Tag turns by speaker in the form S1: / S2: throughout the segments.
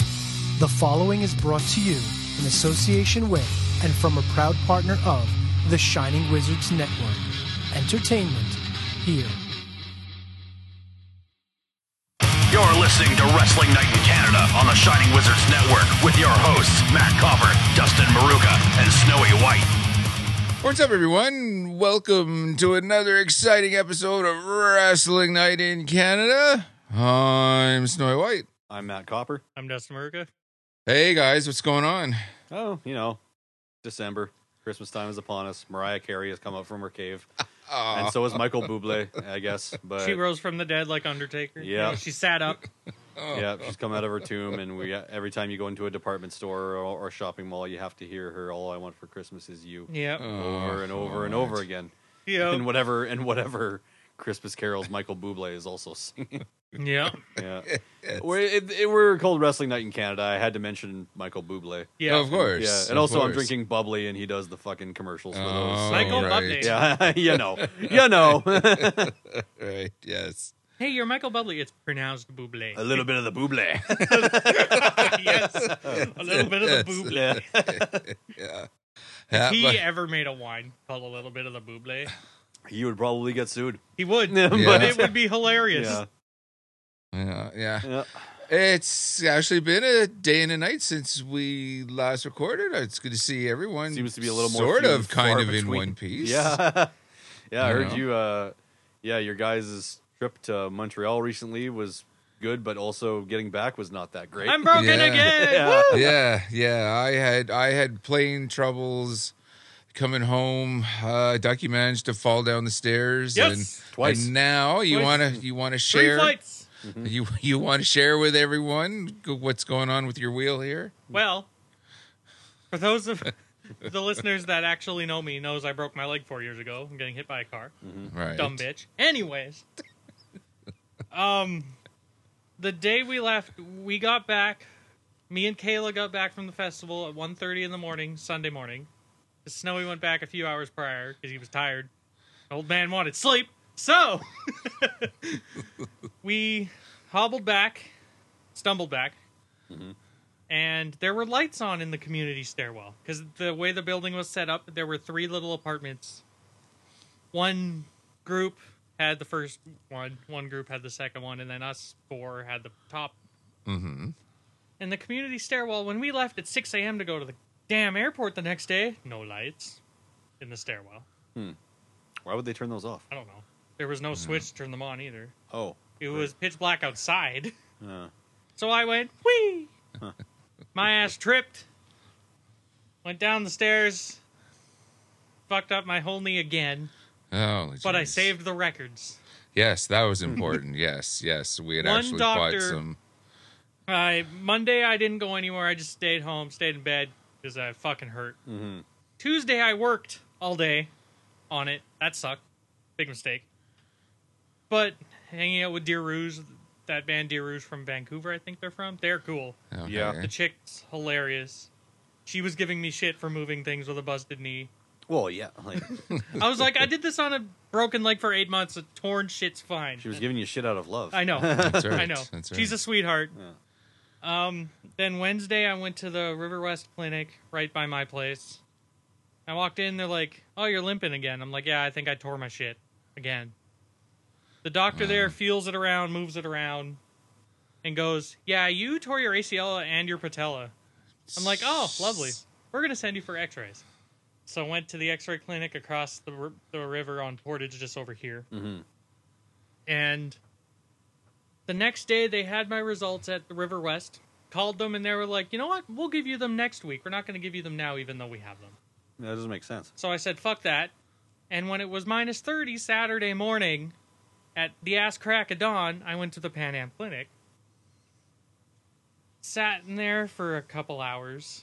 S1: The following is brought to you in association with and from a proud partner of the Shining Wizards Network. Entertainment here.
S2: You're listening to Wrestling Night in Canada on the Shining Wizards Network with your hosts, Matt Copper, Dustin Maruka, and Snowy White.
S3: What's up, everyone? Welcome to another exciting episode of Wrestling Night in Canada. I'm Snowy White.
S4: I'm Matt Copper.
S5: I'm Dustin Maruka.
S3: Hey, guys, what's going on?
S4: Oh, you know, December. Christmas time is upon us. Mariah Carey has come up from her cave,
S3: Aw,
S4: and so has Michael Bublé, I guess. But
S5: She rose from the dead like Undertaker. You
S4: Yeah.
S5: know, she sat up.
S4: yeah, she's come out of her tomb, and we every time you go into a department store or, or shopping mall, you have to hear her "All I Want for Christmas Is You"
S5: Yeah.
S4: over and over and over again, Uh, and
S5: Yeah.
S4: whatever and whatever Christmas carols Michael Bublé is also singing.
S5: Yeah.
S4: Yeah, we're, it, it- we're called Wrestling Night in Canada. I had to mention Michael Bublé.
S5: Yeah.
S3: of course.
S4: Yeah, and
S3: of
S4: also I'm
S3: course.
S4: drinking bubbly, and he does the fucking commercials for those.
S3: Oh,
S4: so-
S5: Michael
S3: right,
S5: Bublé.
S4: Yeah, you know, you know,
S3: Right, yes.
S5: Hey, you're Michael Bublé. It's pronounced Bublé.
S4: a little bit of the buble.
S5: yes. A little bit of the Bublé.
S4: Yeah.
S3: Yeah. Yeah,
S5: He
S3: but-
S5: ever made a wine called a little bit of the Bublé.
S4: You would probably get sued.
S5: He would,
S4: Yeah,
S5: but
S3: but-
S5: it would be hilarious.
S4: Yeah,
S3: yeah, yeah.
S4: yeah.
S3: It's actually been a day and a night since we last recorded. It's good to see everyone.
S4: Seems to be a little more
S3: sort
S4: few
S3: of
S4: and
S3: kind
S4: far
S3: of in
S4: between.
S3: one piece.
S4: yeah. yeah I
S3: You
S4: heard
S3: know.
S4: you. Uh, yeah, your guys' trip to Montreal recently was good, but also getting back was not that great.
S5: I'm broken
S3: Yeah.
S5: again.
S4: Yeah.
S5: Woo!
S3: yeah, yeah. I had I had plane troubles coming home. Uh, Ducky managed to fall down the stairs.
S5: Yes.
S3: and,
S4: Twice.
S3: And now you
S5: Twice.
S3: want to you want to
S5: Three
S3: share
S5: flights.
S3: you you want to share with everyone go- what's going on with your wheel here.
S5: Well, for those of the listeners that actually know me, knows I broke my leg four years ago. I'm getting hit by a car.
S4: Mm-hmm.
S3: Right.
S5: dumb bitch. Anyways, um, the day we left, we got back. Me and Kayla got back from the festival at 1.30 in the morning, Sunday morning. Snowy went back a few hours prior because he was tired. Old man wanted sleep, so we hobbled back, stumbled back, and there were lights on in the community stairwell because the way the building was set up, there were three little apartments one group had the first one, one group had the second one, and then us four had the top.
S3: Mm-hmm.
S5: And the community stairwell, when we left at 6 a.m. to go to the damn airport the next day, no lights in the stairwell.
S4: Why would they turn those off?
S5: I don't know. There was no switch to turn them on either.
S4: Oh,
S5: It was pitch black outside.
S4: uh,
S5: So I went, whee! my ass tripped. Went down the stairs. Fucked up my whole knee again.
S3: Oh,
S5: But I
S3: jeez.
S5: saved the records.
S3: Yes, that was important. yes, yes, we had
S5: One
S3: actually
S5: doctor-
S3: bought some.
S5: I Monday I didn't go anywhere. I just stayed home, stayed in bed because I fucking hurt.
S4: mhm.
S5: Tuesday I worked all day on it. That sucked. Big mistake. But hanging out with Deer Rouge, that band Deer Rouge from Vancouver, I think they're from. They're cool.
S4: Yeah.
S3: Okay.
S5: The chick's hilarious. She was giving me shit for moving things with a busted knee.
S4: well, yeah. Like,
S5: I was like, I did this on a broken leg for eight months. A torn shit's fine.
S4: she was giving you shit out of love.
S5: I know.
S3: That's right.
S5: I know.
S3: That's right.
S5: She's a sweetheart. Um, then Wednesday, I went to the River West Clinic right by my place. I walked in, they're like, Oh, you're limping again. I'm like, Yeah, I think I tore my shit again. The doctor there feels it around, moves it around, and goes, Yeah, you tore your ACL and your patella. I'm like, Oh, lovely. We're going to send you for x rays. So I went to the x ray clinic across the, r- the river on Portage, just over here
S4: Mhm.
S5: and the next day they had my results at the River West. Called them and they were like, you know what? We'll give you them next week. We're not going to give you them now, even though we have them.
S4: That doesn't make sense.
S5: So I said, fuck that. And when it was minus 30 Saturday morning at the ass crack of dawn, I went to the Pan Am Clinic. Sat in there for a couple hours.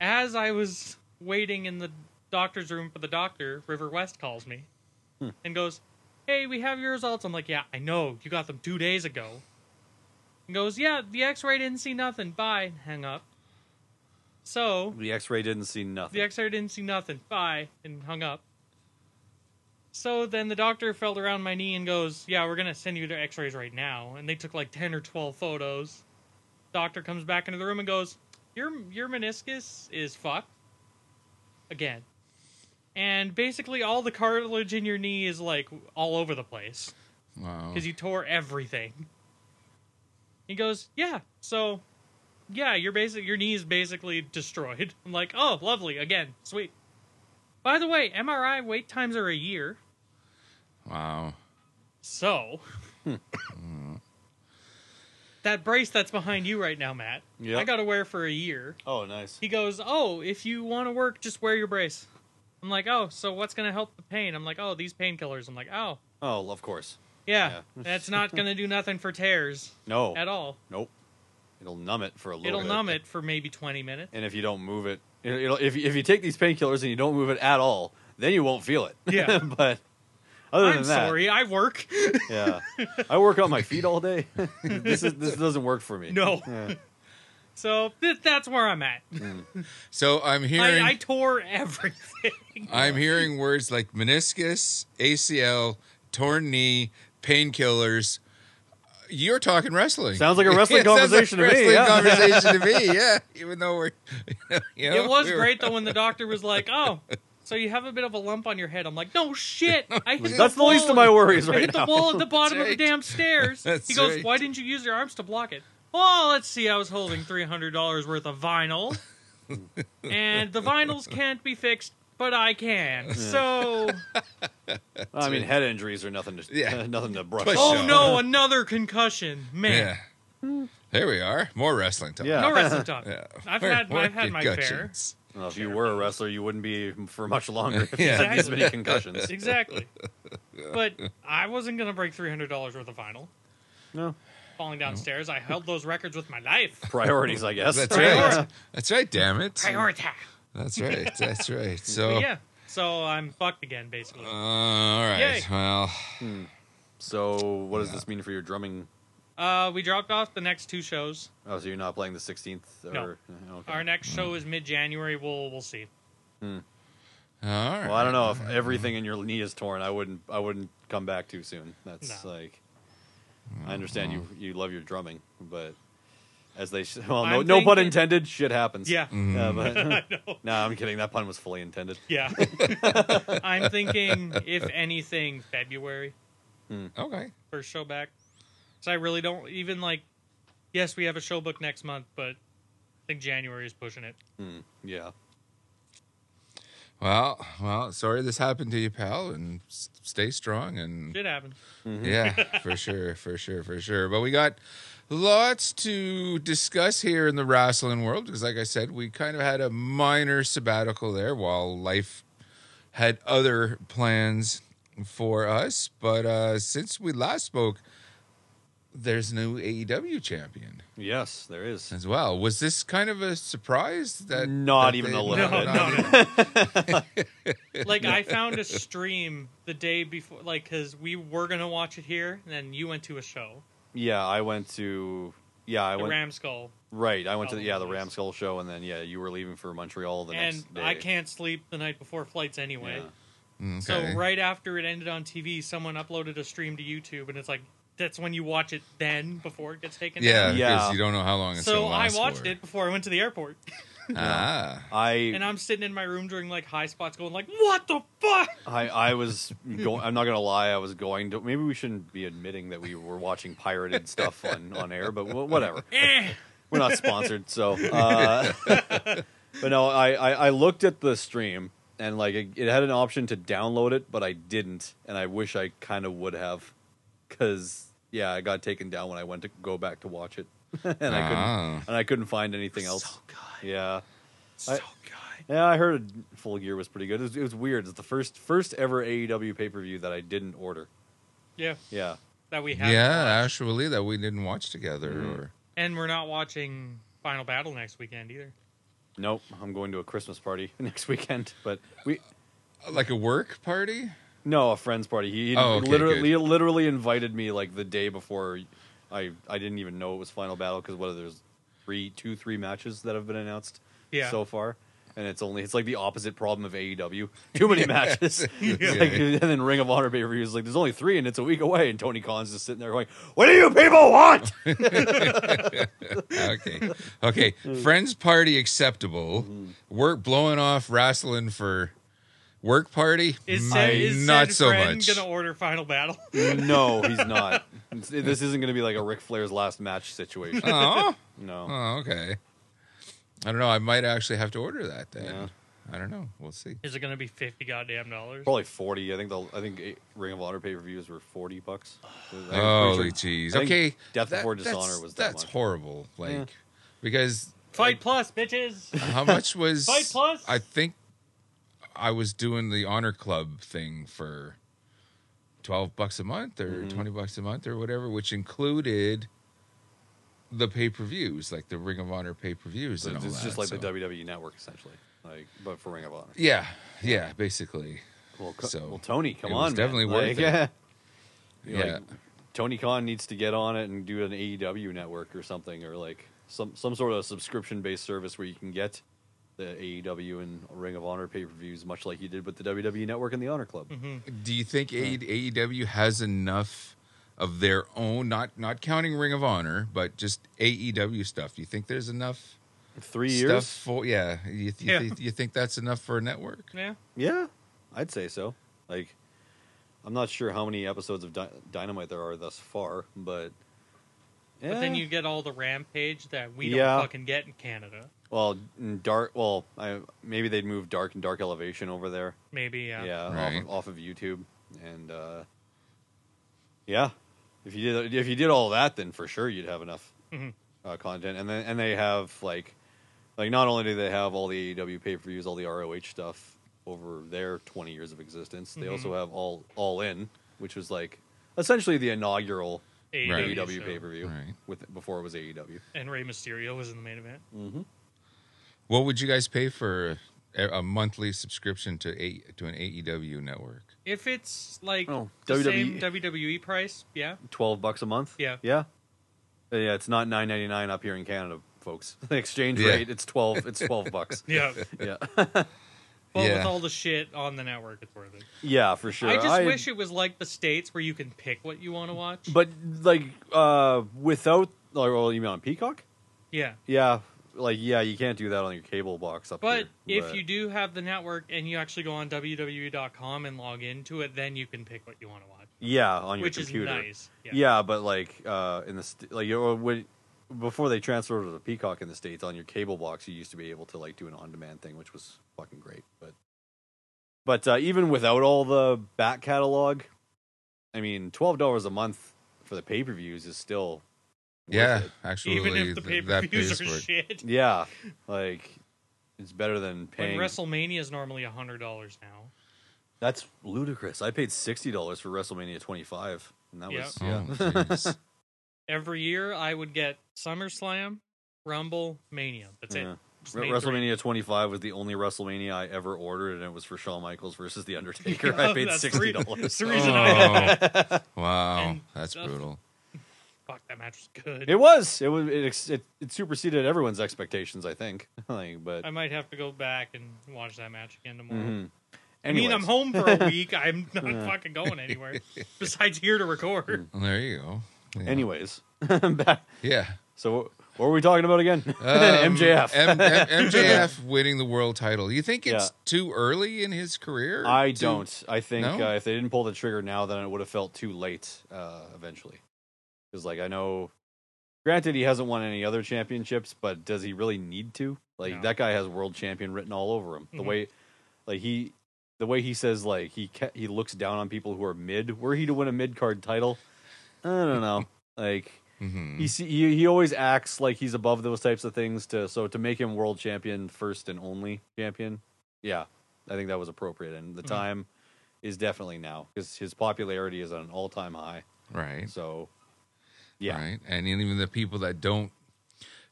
S5: As I was waiting in the doctor's room for the doctor, River West calls me and goes, Hey, we have your results. I'm like, Yeah, I know. You got them two days ago. And goes, Yeah, the x ray didn't see nothing. Bye. Hang up. So.
S4: The X-ray didn't see nothing.
S5: The X-ray didn't see nothing. Bye, and hung up. So then the doctor felt around my knee and goes, "Yeah, we're gonna send you to X-rays right now." And they took like ten or twelve photos, Doctor comes back into the room and goes, "Your your meniscus is fucked again." And basically all the cartilage in your knee is like all over the place
S3: Wow.
S5: because you tore everything. He goes, yeah. So, yeah, your basic your knee is basically destroyed. I'm like, oh, lovely. Again, sweet. By the way, MRI wait times are a year,
S3: Wow.
S5: so that brace that's behind you right now, Matt,
S4: Yeah.
S5: I got to wear for a year.
S4: Oh, nice.
S5: He goes, oh, if you want to work, just wear your brace. I'm like, oh, so what's gonna help the pain? I'm like, oh, these painkillers. I'm like, oh,
S4: Oh, of course.
S5: yeah,
S4: Yeah.
S5: that's not gonna do nothing for tears
S4: No.
S5: at all.
S4: Nope. It'll numb it for a little.
S5: It'll
S4: bit.
S5: numb it for maybe 20 minutes.
S4: and if you don't move it, it- it'll, if you- if you take these painkillers and you don't move it at all, then you won't feel it.
S5: Yeah.
S4: but other
S5: I'm
S4: than that,
S5: sorry, I work.
S4: yeah, I work on my feet all day. this is this doesn't work for me.
S5: No.
S4: Yeah.
S5: So th- that's where I'm at.
S3: So I'm hearing
S5: I, I
S3: I,
S5: tore everything.
S3: am hearing words like meniscus, ACL, torn knee, painkillers. You're talking wrestling.
S4: Sounds like a wrestling
S3: It sounds like
S4: conversation
S3: a
S4: to me,
S3: wrestling conversation to me. Yeah. Even though we're, you know,
S5: it was
S3: we were-
S5: great though when the doctor was like, "Oh, so you have a bit of a lump on your head." I'm like, "No shit, I hit
S4: That's the least
S5: wall-
S4: of my worries
S5: I hit
S4: right
S5: the
S4: now.
S5: wall at the bottom of the
S3: right.
S5: damn stairs."
S3: That's
S5: he goes,
S3: right.
S5: "Why didn't you use your arms to block it?" Oh, let's see. I was holding three hundred dollars worth of vinyl, and the vinyls can't be fixed, but I can. So.
S4: I mean, head injuries are nothing to
S3: Yeah.
S4: nothing to brush.
S3: Push
S4: off.
S5: Oh no, another concussion,
S3: Yeah.
S5: man.
S3: There we are. More wrestling talk.
S4: Yeah.
S5: No wrestling talk.
S3: Yeah.
S5: I've
S3: More-
S5: had
S3: more
S5: I've had my fair.
S3: concussions.
S4: Well, if you were a wrestler, you wouldn't be for much longer. If you
S3: Yeah.
S4: had these
S5: Exactly.
S4: many concussions.
S5: Exactly. But I wasn't gonna break three hundred dollars worth of vinyl
S4: No
S5: falling downstairs. I held those records with my life.
S4: priorities, I guess.
S3: That's
S5: Priority.
S3: right. That's right. Damn it.
S5: Priority.
S3: That's right. That's right. So,
S5: But yeah. So I'm fucked again, basically.
S3: Oh. uh, all right.
S5: Yay.
S3: Well,
S4: So, what does this mean for your drumming?
S5: Uh, we dropped off the next two shows.
S4: Oh, so you're not playing the 16th? Or,
S5: No.
S4: Okay.
S5: Our next show is mid January. We'll we'll see.
S3: all right.
S4: Well, I don't know if everything in your knee is torn. I wouldn't. I wouldn't come back too soon. That's
S5: No.
S4: like. I understand you. You love your drumming, but as they sh- well, no,
S5: I'm
S4: no pun
S5: thinking-
S4: intended. Shit happens.
S5: Yeah.
S3: Mm.
S4: Yeah, but no,
S5: I know.
S4: I'm kidding. That pun was fully intended.
S5: Yeah. I'm thinking if anything, February.
S3: Okay.
S5: first show back. So I really don't even like. Yes, we have a show book next month, but I think January is pushing it.
S4: Hmm, yeah.
S3: Well, well, sorry this happened to you, pal, and s- stay strong and
S5: Shit happens.
S3: Mm-hmm. yeah, for sure, for sure, for sure. But we got lots to discuss here in the wrestling world because, like I said, we kind of had a minor sabbatical there while life had other plans for us. But uh, since we last spoke, there's a new AEW champion
S4: Yes, there is.
S3: as well. Was this kind of a surprise that
S4: Not
S3: that
S4: even
S3: they-
S4: a little
S5: No,
S4: bit.
S5: no,
S3: even-
S5: Like I found a stream the day before, like because we were gonna watch it here, and then you went to a show,
S4: Yeah, I went to. Yeah, I
S5: the
S4: went.
S5: Ram Skull,
S4: Right, I went to the, yeah the
S5: Halloween.
S4: Ram Skull show, and then yeah, you were leaving for Montreal the
S5: and
S4: next day.
S5: I can't sleep the night before flights anyway.
S4: Yeah.
S3: Mm, Okay.
S5: So right after it ended on TV, someone uploaded a stream to YouTube, and it's like that's when you watch it then before it gets taken.
S3: Yeah,
S5: down.
S3: because
S4: Yeah.
S3: you don't know how long it's
S5: So
S3: gonna
S5: I
S3: last
S5: watched
S3: for.
S5: it before I went to the airport.
S3: Ah,
S5: and
S4: I,
S5: I'm sitting in my room during like high spots, going like, "What the fuck?"
S4: I I was going. I'm not gonna lie. I was going to. Maybe we shouldn't be admitting that we were watching pirated stuff on on air, but wh- whatever.
S5: Eh.
S4: We're not sponsored, so. Uh, but no, I, I I looked at the stream and like it, it had an option to download it, but I didn't, and I wish I kind of would have, because yeah, I got taken down when I went to go back to watch it, and I
S3: Ah.
S4: couldn't and I couldn't find anything else.
S5: God,
S4: Yeah.
S5: so
S4: I-
S5: good.
S4: Yeah, I heard Full Gear was pretty good. It was, it was weird. It's the first first ever AEW pay per view that I didn't order.
S5: Yeah,
S4: Yeah,
S5: that we have.
S3: yeah, actually, that we didn't watch together.
S5: Mm-hmm.
S3: Or
S5: and we're not watching Final Battle next weekend either.
S4: nope. I'm going to a Christmas party next weekend, but we
S3: like a work party.
S4: no a friend's party. He, he
S3: Oh, okay,
S4: literally
S3: good.
S4: he literally invited me like the day before. I I didn't even know it was Final Battle because what there's three two three matches that have been announced
S5: Yeah.
S4: so far, and it's only it's like the opposite problem of AEW. Too many matches. It's like- and then Ring of Honor pay per view is like there's only three and it's a week away, and Tony Khan's just sitting there going, "What do you people want?"
S3: okay. Okay.
S4: Mm.
S3: Friends party acceptable. Work blowing off wrestling for work party.
S5: Is
S3: Mm,
S5: said, is
S3: not
S5: said
S3: so
S5: friend
S3: much.
S5: gonna order Final Battle?
S4: no, he's not. It's- This isn't going to be like a Ric Flair's last match situation.
S3: oh.
S4: No.
S3: oh, okay. I don't know. I might actually have to order that then.
S4: Yeah.
S3: I don't know. We'll see.
S5: Is it gonna be fifty goddamn dollars?
S4: Probably forty. I think the I think eh, Ring of Honor pay per views were forty bucks. I'm pretty
S3: Holy
S4: sure-
S3: jeez.
S4: I think
S3: Okay.
S4: Death
S3: that-
S4: Before
S3: that's-
S4: Dishonor was that
S3: that's
S4: much.
S3: horrible. Like because
S5: Fight plus, bitches.
S3: how much was
S5: Fight Plus?
S3: I think I was doing the honor club thing for twelve bucks a month or
S4: Mm-hmm.
S3: twenty bucks a month or whatever, which included the pay per views, like the Ring of Honor pay per views.
S4: So
S3: and all
S4: it's
S3: that,
S4: just like
S3: so-
S4: the WWE Network essentially, like but for Ring of Honor.
S3: Yeah, yeah, basically.
S4: Well, co-
S3: So,
S4: well, Tony, come
S3: it was
S4: on, man.
S3: definitely worth
S4: Like,
S3: it. Yeah.
S4: Yeah. Like, Tony Khan needs to get on it and do an AEW network or something, or like some some sort of subscription based service where you can get the AEW and Ring of Honor pay per views, much like you did with the WWE Network and the Honor Club.
S3: Do you think A- AEW has enough of their own, not not counting Ring of Honor, but just AEW stuff? Do you think there's enough
S4: Three
S3: stuff
S4: years,
S3: for? Yeah, you, th- you,
S5: Yeah.
S3: th- you think that's enough for a network?
S5: yeah.
S4: yeah, I'd say so. Like, I'm not sure how many episodes of Dy- Dynamite there are thus far, but eh.
S5: But then
S4: Yeah.
S5: you get all the rampage that we
S4: Yeah.
S5: don't fucking get in Canada.
S4: well in dark. Well, I, maybe they'd move Dark and Dark Elevation over there.
S5: Maybe uh, yeah.
S4: yeah,
S3: Right.
S4: off, of, off of YouTube, and uh, yeah, if you did if you did all that, then for sure you'd have enough
S5: Mhm.
S4: uh, content, and then and they have like like not only do they have all the AEW pay per views, all the ROH stuff over their twenty years of existence, they
S5: Mm-hmm.
S4: also have all all in, which was like essentially the inaugural
S5: AEW,
S4: AEW
S5: show.
S4: pay per view
S3: Right.
S4: with before it was E AEW.
S5: And Rey Mysterio was in the main event.
S3: What would you guys pay for a, a monthly subscription to a, to an AEW network?
S5: If it's like
S4: Oh,
S5: the
S4: WWE.
S5: same WWE price, yeah.
S4: Twelve bucks a month.
S5: Yeah.
S4: yeah, Uh, yeah. It's not nine ninety nine up here in Canada, folks. The exchange
S3: Yeah.
S4: rate it's twelve. It's twelve bucks.
S5: Yeah.
S4: Yeah.
S5: But
S3: Yeah.
S5: with all the shit on the network, it's worth it.
S4: Yeah, for sure.
S5: I just wish it was like the states where you can pick what you want to watch.
S4: but like uh without like well, you mean on Peacock?
S5: yeah.
S4: Yeah, like yeah, you can't do that on your cable box up
S5: But
S4: here.
S5: if you do have the network and you actually go on WWE.com and log into it, then you can pick what you want to watch,
S4: yeah, on your
S5: which
S4: computer.
S5: is nice.
S4: Yeah. but like uh in the st- like you when, before they transferred it to Peacock in the states on your cable box, you used to be able to like do an on-demand thing, which was fucking great. But but uh, even without all the back catalog, I mean, twelve dollars a month for the pay-per-views is still worth
S3: yeah,
S4: it.
S3: actually,
S5: Even if the pay
S3: th-
S5: per
S3: that
S5: views
S3: pays
S5: are
S3: for it.
S5: shit.
S4: Yeah, like it's better than
S5: When
S4: paying.
S5: WrestleMania is normally hundred dollars now.
S4: That's ludicrous. I paid sixty dollars for WrestleMania 25, and that
S5: Yeah.
S4: was
S3: Oh,
S4: yeah.
S3: jeez.
S5: Every year, I would get SummerSlam, Rumble, Mania. That's
S4: Yeah.
S5: it. Just
S4: Re-
S5: name three.
S4: WrestleMania 25 was the only WrestleMania I ever ordered, and it was for Shawn Michaels versus The Undertaker. I paid
S5: That's
S4: sixty
S5: three-
S4: dollars.
S5: That's the reason I.
S3: Oh, wow,
S5: And
S3: that's
S5: stuff.
S3: brutal.
S5: Fuck that match was good.
S4: It was. It was. It, ex- it it superseded everyone's expectations. I think. like, but
S5: I might have to go back and watch that match again tomorrow.
S4: Mhm.
S5: I mean, I'm
S4: Anyways.
S5: home for a week. I'm not fucking going anywhere besides here to record.
S3: Well, there you go. Yeah.
S4: Anyways, back.
S3: yeah.
S4: So what were we talking about again?
S3: Um,
S4: MJF.
S3: M- M- MJF winning the world title. Do you think it's
S4: Yeah.
S3: too early in his career?
S4: I
S3: to-
S4: don't. I think
S3: No?
S4: uh, if they didn't pull the trigger now, then it would have felt too late uh, eventually. Because, like, I know, granted, he hasn't won any other championships, but does he really need to? Like,
S5: No.
S4: that guy has world champion written all over him. The
S3: Mm-hmm.
S5: Mhm.
S4: way, like, he. The way he says, like he ca- he looks down on people who are mid. Were he to win a mid card title, I don't know. like
S3: Mhm.
S4: he, se- he he always acts like he's above those types of things to so to make him world champion first and only champion yeah i think that was appropriate and the
S5: Mhm.
S4: time is definitely now because his popularity is at an all-time high
S3: Right.
S4: so yeah
S3: Right. And even the people that don't,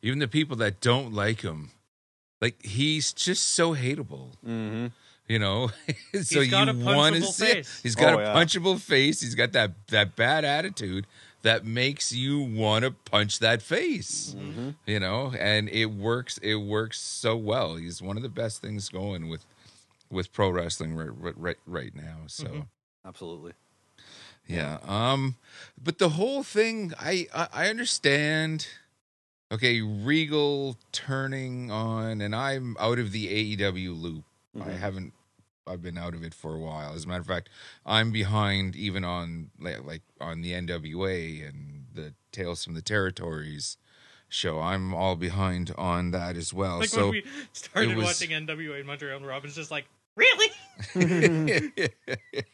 S3: even the people that don't like him, like he's just so hateable.
S4: mm-hmm.
S3: You know, so
S5: got
S3: you
S5: a
S3: want to
S5: punchable
S3: see.
S5: face.
S3: He's got
S4: Oh,
S3: a
S4: yeah.
S3: punchable face. He's got that that bad attitude that makes you want to punch that face.
S4: Mm-hmm.
S3: You know, and it works. It works so well. He's one of the best things going with with pro wrestling right right, right- right now. So
S5: Mm-hmm.
S4: Absolutely.
S3: yeah. Um, but the whole thing, I I, I understand. Okay, Regal turning on, and I'm out of the AEW loop. I
S4: Mhm.
S3: haven't. I've been out of it for a while. As a matter of fact, I'm behind even on like, like on the NWA and the Tales from the Territories show. I'm all behind on that as well.
S5: Like
S3: so
S5: when we started
S3: was-
S5: watching NWA in Montreal, and Robin's just like, really?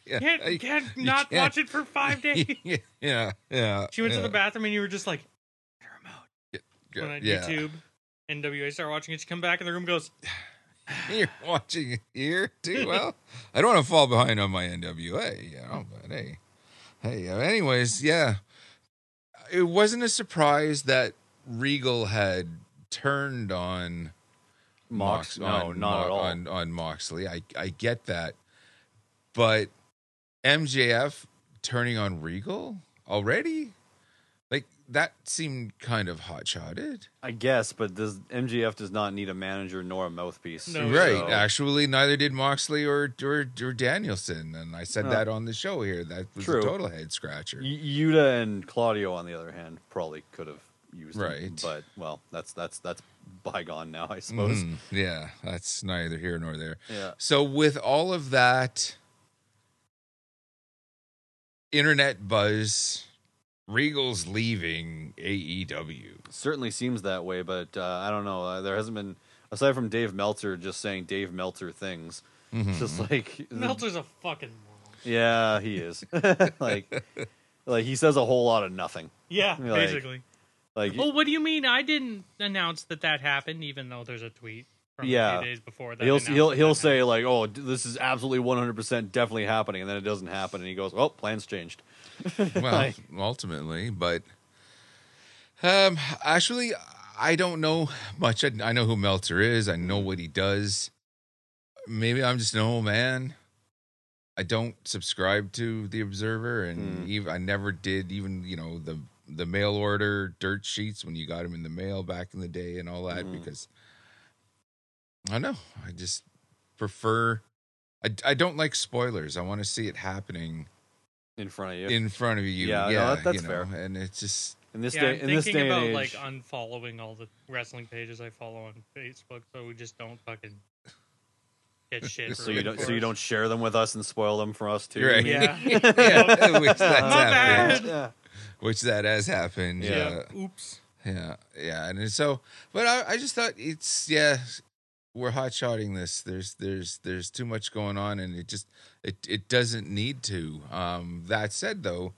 S3: yeah,
S5: Can't,
S3: I-
S5: can't not
S3: can't.
S5: watch it for five days.
S3: yeah, yeah.
S5: She went
S3: yeah.
S5: to the bathroom, and you were just like, went on
S3: yeah.
S5: YouTube. NWA started watching it. She come back in the room, and goes,
S3: You're watching it here too. Well, I don't want to fall behind on my NWA, you know. But hey, hey. uh, Anyways, yeah, it wasn't a surprise that Regal had turned on
S4: Mox? No,
S3: on,
S4: not
S3: Mo-
S4: at all.
S3: On, on Moxley, I I get that, but MJF turning on Regal already, like that seemed kind of hotshotted.
S4: I guess, but does MGF does not need a manager nor a mouthpiece.
S5: No.
S3: Right.
S4: So-
S3: Actually, neither did Moxley or or, or Danielson, and I said
S4: Huh.
S3: that on the show here. That was
S4: True.
S3: a total head scratcher.
S4: Y- Yuta and Claudio, on the other hand, probably could have used him,
S3: Right.
S4: but well, that's that's that's bygone now, I suppose.
S3: Mm, yeah, that's neither here nor there.
S4: Yeah.
S3: So with all of that internet buzz, Regal's leaving E AEW.
S4: Certainly seems that way, but uh, I don't know. Uh, there hasn't been aside from Dave Meltzer just saying Dave Meltzer things.
S3: Mm-hmm.
S4: It's just like
S3: Mm.
S5: Meltzer's a fucking moron.
S4: Yeah, he is. like, like he says a whole lot of nothing.
S5: Yeah,
S4: Like-
S5: basically.
S4: Like,
S5: Well, what do you mean? I didn't announce that that happened, even though there's a tweet from
S4: Yeah.
S5: a few days before that.
S4: he'll
S5: announced
S4: he'll
S5: that
S4: he'll
S5: that
S4: say like, "Oh, d- this is absolutely one hundred percent definitely happening," and then it doesn't happen, and he goes, "Well, plans changed."
S3: Well, ultimately, but um, actually, I don't know much. I, I know who Meltzer is. I know what he does. Maybe I'm just an old man. I don't subscribe to the Observer, and ev I never did. Even you know the the mail order dirt sheets when you got them in the mail back in the day and all that because I don't know. I just prefer. I, I don't like spoilers. I want to see it happening
S4: In front of you.
S3: in front of you.
S4: Yeah,
S3: Yeah,
S4: no, that- that's
S3: you know,
S4: fair.
S3: And it's just
S4: in this
S5: Yeah,
S4: day,
S5: I'm
S4: in this
S5: thinking
S4: day
S5: about
S4: and
S5: like
S4: age,
S5: unfollowing all the wrestling pages I follow on Facebook, so we just don't fucking get shit.
S4: so you don't so you don't share them with us and spoil them for us too. you
S3: Right.
S4: mean?
S5: Yeah.
S3: yeah, which that's
S5: bad.
S3: happened.
S4: Yeah.
S3: Which that has happened.
S4: Yeah.
S3: Yeah.
S5: Oops.
S3: yeah, yeah, And it's so, but I, I just thought it's yeah, we're hot shotting this. There's there's there's too much going on, and it just it it doesn't need to. Um, that said, though,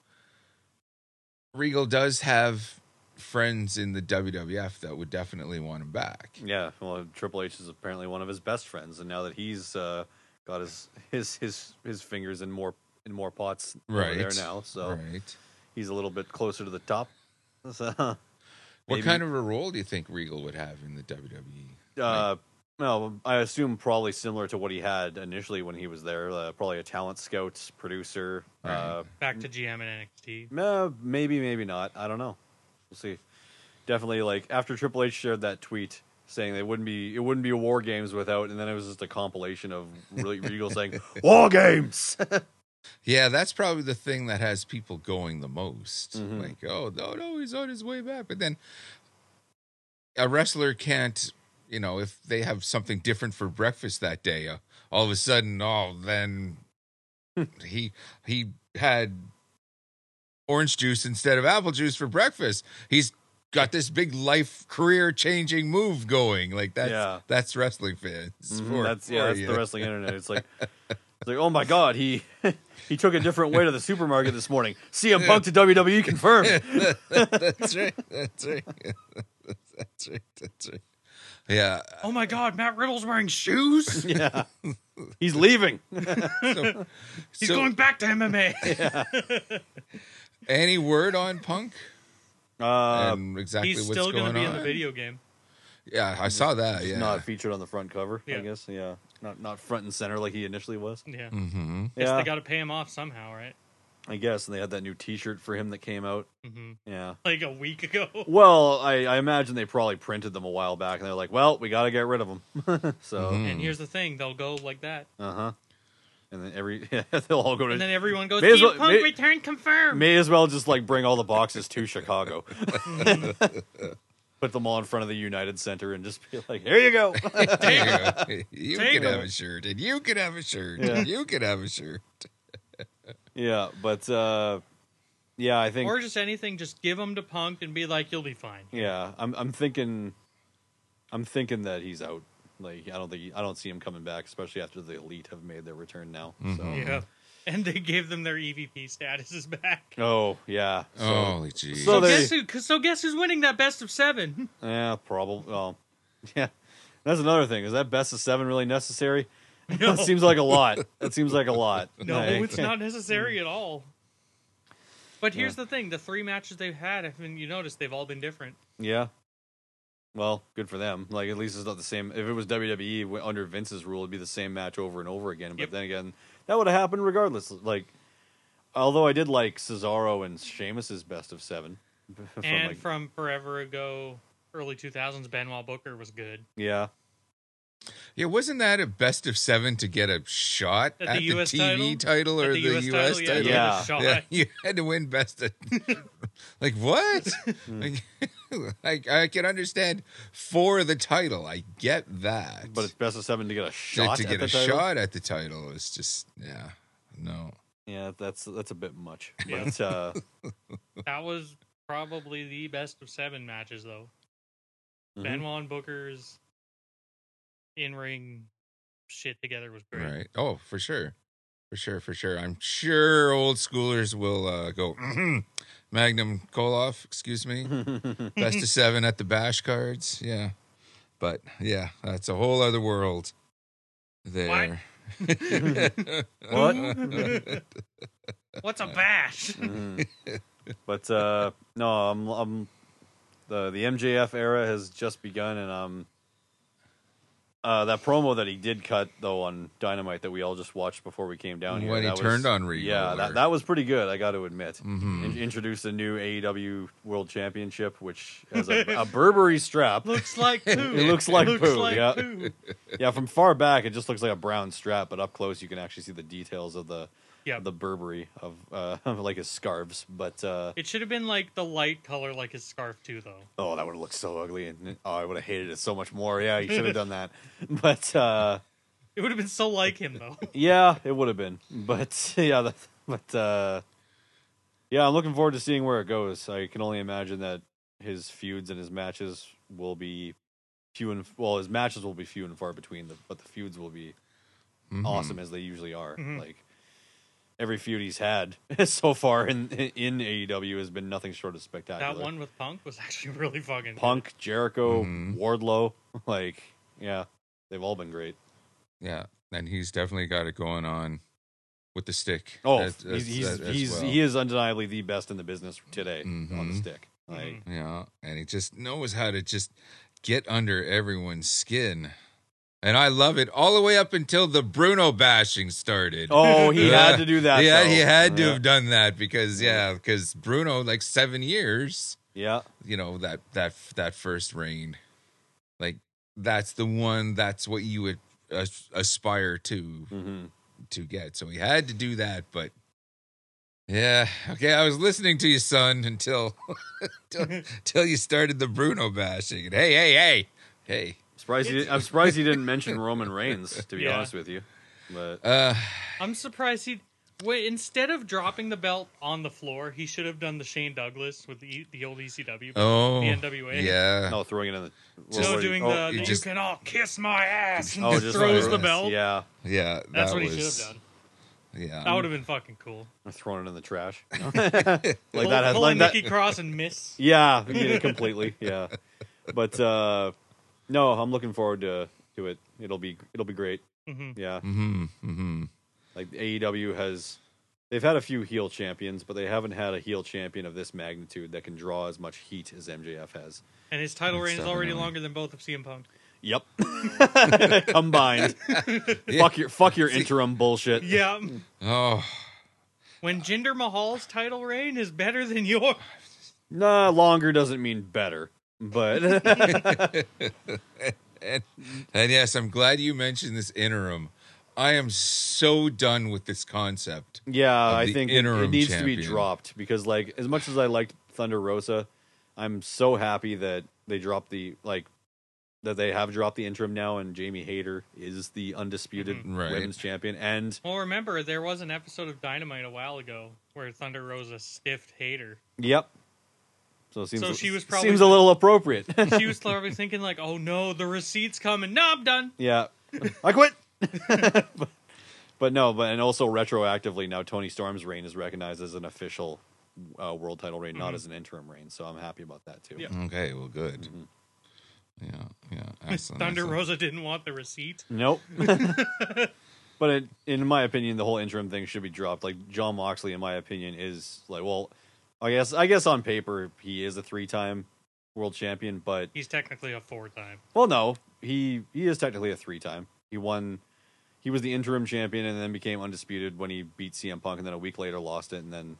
S3: Regal does have friends in the WWF that would definitely want him back.
S4: Yeah, well, Triple H is apparently one of his best friends, and now that he's uh, got his his his his fingers in more in more pots over
S3: Right
S4: there now, so
S3: right.
S4: he's a little bit closer to the top. So, uh,
S3: What
S4: maybe-
S3: kind of a role do you think Regal would have in the E? WWE?
S4: uh, no, I assume probably similar to what he had initially when he was there. Uh, probably a talent scout, producer. Uh,
S5: Back to GM and NXT.
S4: meh, maybe, maybe not. I don't know. We'll see. Definitely, like after Triple H shared that tweet saying they wouldn't be, it wouldn't be War Games without, and then it was just a compilation of really Regal saying War Games.
S3: Yeah, that's probably the thing that has people going the most.
S4: Mhm.
S3: Like, oh no, no, he's on his way back. But then a wrestler can't, you know, if they have something different for breakfast that day, uh, all of a sudden, oh, then he he had orange juice instead of apple juice for breakfast. He's got this big life career changing move going. Like that's
S4: Yeah.
S3: that's wrestling fans.
S4: Mhm,
S3: for-
S4: that's
S3: for
S4: yeah, that's
S3: you.
S4: the wrestling internet. It's like, it's like, oh my god, he he took a different way to the supermarket this morning. CM Punk to WWE confirmed.
S3: That's right. That's right. That's right. That's right. Yeah.
S5: Oh my God, Matt Riddle's wearing shoes.
S4: yeah, he's leaving.
S3: So,
S5: He's
S3: so
S5: going back to MMA.
S3: any word on Punk
S4: Uh,
S3: and exactly
S5: He's
S3: what's
S5: still
S3: going
S5: gonna be
S3: on?
S5: in the video game.
S3: Yeah, I saw that. Yeah.
S4: not featured on the front cover. I
S5: Yeah.
S4: guess. Yeah, not not front and center like he initially was.
S5: Yeah.
S3: hmm
S5: Guess
S4: yeah,
S5: they got to pay him off somehow, right?
S4: I guess. And they had that new T-shirt for him that came out.
S5: hmm
S4: Yeah.
S5: Like a week ago.
S4: Well, I, I imagine they probably printed them a while back, and they're like, "Well, we got to get rid of them." so,
S3: Mhm.
S5: And here's the thing, they'll go like that.
S4: uh huh. And then every they'll all go to.
S5: And then everyone goes,
S4: May as
S5: Daft
S4: well-
S5: Punk
S4: may-
S5: return confirmed.
S4: may as well just like bring all the boxes to Chicago. Put them all in front of the United Center and just be like, "Here you go."
S3: you you
S5: Take
S3: could have
S5: them.
S3: a shirt, and you could have a shirt,
S4: Yeah.
S3: and you could have a shirt.
S4: yeah, but uh, yeah, I think
S5: or just anything, just give them to Punk and be like, you'll be fine.
S4: Yeah, I'm I'm thinking, I'm thinking that he's out. Like I don't think I don't see him coming back, especially after the elite have made their return now. So.
S5: Yeah. And they gave them their EVP statuses back.
S4: Oh yeah. So,
S3: Holy jeez.
S4: So
S5: So,
S4: they-
S5: guess who, so guess who's winning that best of seven?
S4: Yeah, probably. Well, yeah. That's another thing. Is that best of seven really necessary?
S5: No.
S4: That seems like a lot. That seems like a lot.
S5: No,
S4: Like,
S5: it's not necessary at all. But here's the thing: the three matches they've had, I mean, you notice they've all been different.
S4: Yeah. Well, good for them. Like at least it's not the same. If it was WWE w- under Vince's rule, it'd be the same match over and over again. But
S5: Yep.
S4: then again, that would have happened regardless. Like, although I did like Cesaro and Sheamus's best of seven. from,
S5: and
S4: like-
S5: from forever ago, early 2000s, Benoit Booker was good
S4: yeah,
S3: yeah, wasn't that a best of seven to get a shot
S5: At
S3: at,
S5: the
S3: the,
S5: US title?
S3: TV title,
S5: At
S3: or the, US, title?
S4: Yeah.
S5: you get a shot.
S3: Yeah, you had to win best of. like what?
S4: Hmm.
S3: like, I, I can understand for the title. I get that,
S4: but it's best of seven to get a
S3: to,
S4: shot.
S3: to
S4: at
S3: get
S4: the
S3: a
S4: title?
S3: shot at the title is just yeah, no.
S4: Yeah, that's that's a bit much.
S5: Yeah.
S4: But uh,
S5: That was probably the best of seven matches, though.
S4: mhm.
S5: Benoit and Booker's in-ring shit together was great.
S3: Right. Oh, for sure. For sure, for sure. I'm sure old schoolers will uh, go Magnum Koloff, excuse
S4: Mm-hmm.
S3: me. Best of seven at the bash cards. Yeah. But yeah, that's a whole other world there. Mm-hmm.
S4: What?
S5: What's a bash?
S4: Mhm. but uh, no, I'm, I'm the the MJF era has just begun, and um, uh, that promo that he did cut though on Dynamite that we all just watched before we came down here.
S3: When he
S4: that was-
S3: turned on Regal,
S4: yeah,
S3: or-
S4: that that was pretty good. I got to admit.
S3: Mhm.
S4: In- introduced a new AEW World Championship, which has a, a Burberry strap.
S5: looks like poo.
S4: It looks like
S5: looks
S4: poo,
S5: like
S4: yeah.
S5: poo.
S4: Yeah, from far back, it just looks like a brown strap, but up close, you can actually see the details of the
S5: Yeah.
S4: the Burberry of uh, like his scarves. But uh,
S5: It should have been like the light color, like his scarf too, though.
S4: oh, that would have looked so ugly, and oh, I would have hated it so much more. Yeah, you should have done that. But uh,
S5: It would have been so like him, though.
S4: yeah, it would have been. But yeah, that, but uh, yeah, I'm looking forward to seeing where it goes. I can only imagine that his feuds and his matches will be few and well, his matches will be few and far between. The, but the feuds will be
S3: Mhm.
S4: awesome as they usually are.
S5: Mhm.
S4: Like every feud he's had so far in in AEW has been nothing short of spectacular.
S5: That one with Punk was actually really fucking. good.
S4: Punk, Jericho,
S3: Mhm.
S4: Wardlow, like yeah, they've all been great.
S3: Yeah. And he's definitely got it going on with the stick.
S4: Oh,
S3: That's-
S4: he's
S3: that's-
S4: he's,
S3: that- as
S4: he's
S3: well.
S4: he is undeniably the best in the business today on the
S3: Mhm.
S4: stick. Like
S5: Mhm.
S3: Yeah, and he just knows how to just get under everyone's skin. And I love it all the way up until the Bruno bashing started.
S4: oh, he
S3: Yeah.
S4: had to do that.
S3: yeah,
S4: though.
S3: he had to
S4: Yeah.
S3: have done that because yeah, because Bruno like seven years,
S4: Yeah,
S3: you know that that that first reign, like that's the one that's what you would as- aspire to
S5: Mm-hmm.
S4: hmm
S3: to get. So he had to do that, but yeah, okay. I was listening to you, son, until until, until you started the Bruno bashing. And hey, hey, hey, hey.
S4: surprised. He, I'm surprised he didn't mention Roman Reigns. To be
S5: Yeah.
S4: honest with you, but
S3: Uh,
S5: I'm surprised he. Wait, instead of dropping the belt on the floor, he should have done the Shane Douglas with the E, the old ECW.
S3: oh,
S5: The NWA.
S3: Yeah,
S4: no, throwing it in the
S5: no,
S4: Well,
S5: doing
S4: oh,
S5: the,
S3: you
S5: the
S3: just-
S5: you can all kiss my ass and
S4: oh,
S5: just
S4: just
S5: throws
S3: right.
S5: the belt.
S4: Yeah,
S3: yeah.
S5: That's
S3: that
S5: what
S3: was,
S5: he should have done.
S3: Yeah,
S5: That would have been fucking cool.
S4: I'm throwing it in the trash. like that
S5: Pull-
S4: has
S5: pull a
S4: like that.
S5: Nikki Cross and miss.
S4: Yeah, we did it completely. Yeah, but uh no, I'm looking forward to to it. It'll be it'll be great.
S5: Mhm.
S4: Yeah,
S3: Mm-hmm, mm-hmm.
S4: like AEW has they've had a few heel champions, but they haven't had a heel champion of this magnitude that can draw as much heat as MJF has.
S5: And his title
S3: That's
S5: reign is already
S3: definitely-
S5: longer than both of CM Punk.
S4: Yep, combined. Fuck your fuck your interim bullshit.
S5: Yeah.
S3: Oh,
S5: When Jinder Mahal's title reign is better than yours.
S4: Nah, longer doesn't mean better, but
S3: And yes, I'm glad you mentioned this interim. I am so done with this concept.
S4: yeah,
S3: Of
S4: I
S3: the
S4: think it,
S3: interim
S4: it needs to be
S3: champion.
S4: dropped because, like, as much as I liked Thunder Rosa, I'm so happy that they dropped the like that they have dropped the interim now, and Jamie Hayter is the undisputed
S3: Mhm. Right.
S4: women's champion, and
S5: Well, remember there was an episode of Dynamite a while ago where Thunder Rosa stiffed Hater.
S4: yep. So it seems
S5: So she was probably-
S4: seems a little appropriate.
S5: She was probably thinking like, "Oh no, the receipt's coming. No, I'm done."
S4: Yeah. I quit. but, but no, but and also retroactively now Tony Storm's reign is recognized as an official uh, world title reign, not as an interim reign. So I'm happy about that too.
S5: Mm-hmm. Yeah.
S3: Okay, well, good. Yeah, yeah. Excellent,
S5: Thunder
S3: excellent.
S5: Rosa didn't want the receipt.
S4: Nope. but it, in my opinion, the whole interim thing should be dropped. Like John Moxley, in my opinion, is like well, I guess I guess on paper he is a three time world champion, but
S5: He's technically a four-time.
S4: Well, no, he he is technically a three time. He won. He was the interim champion and then became undisputed when he beat CM Punk, and then a week later lost it, and then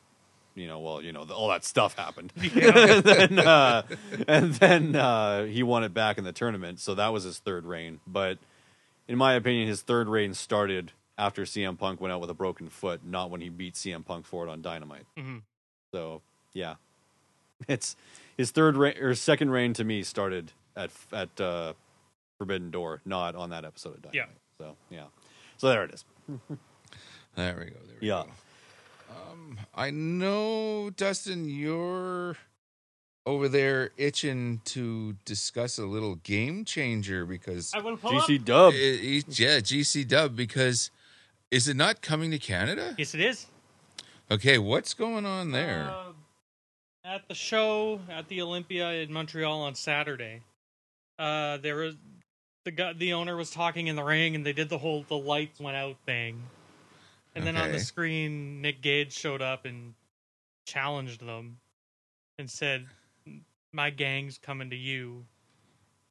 S4: you know, well, you know, all that stuff happened. and then, uh, and then uh, he won it back in the tournament, so that was his third reign. But in my opinion, his third reign started after CM Punk went out with a broken foot, not when he beat CM Punk for it on Dynamite.
S5: Mhm.
S4: So yeah, it's his third reign or second reign to me started at at uh, Forbidden Door, not on that episode of Dynamite. So yeah, so there it is.
S3: There we go. There we
S4: Yeah.
S3: go. I know, Dustin, you're over there itching to discuss a little game changer because
S5: will pull
S4: GC Dub.
S3: Eh, eh, yeah, GC Dub because is it not coming to Canada?
S5: Yes, it is.
S3: Okay, what's going on there?
S5: Uh, at the show at the Olympia in Montreal on Saturday, uh, there was the guy, the owner was talking in the ring, and they did the whole the lights went out thing. And then on the
S3: Okay.
S5: screen, Nick Gage showed up and challenged them, and said, "My gang's coming to you."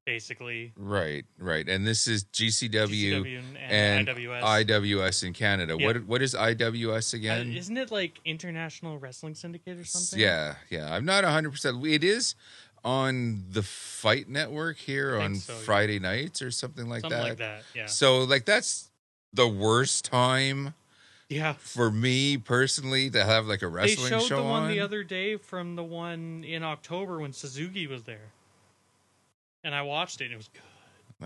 S5: Basically,
S3: right, right, and this is GCW,
S5: GCW and,
S3: and
S5: IWS.
S3: IWS in Canada.
S5: Yeah.
S3: What what is IWS
S5: Uh,
S3: again?
S5: isn't it like International Wrestling Syndicate or something?
S3: Yeah, yeah. I'm not 100%. It is on the Fight Network here
S5: I think
S3: on
S5: so, yeah.
S3: Friday nights or something like
S5: something
S3: that.
S5: like that. Yeah,
S3: So, like, that's the worst time
S5: yeah.
S3: for me personally to have like a
S5: They
S3: wrestling
S5: showed
S3: show
S5: the one
S3: on.
S5: the other day from the one in October when Suzuki was there, and I watched it. and It was good.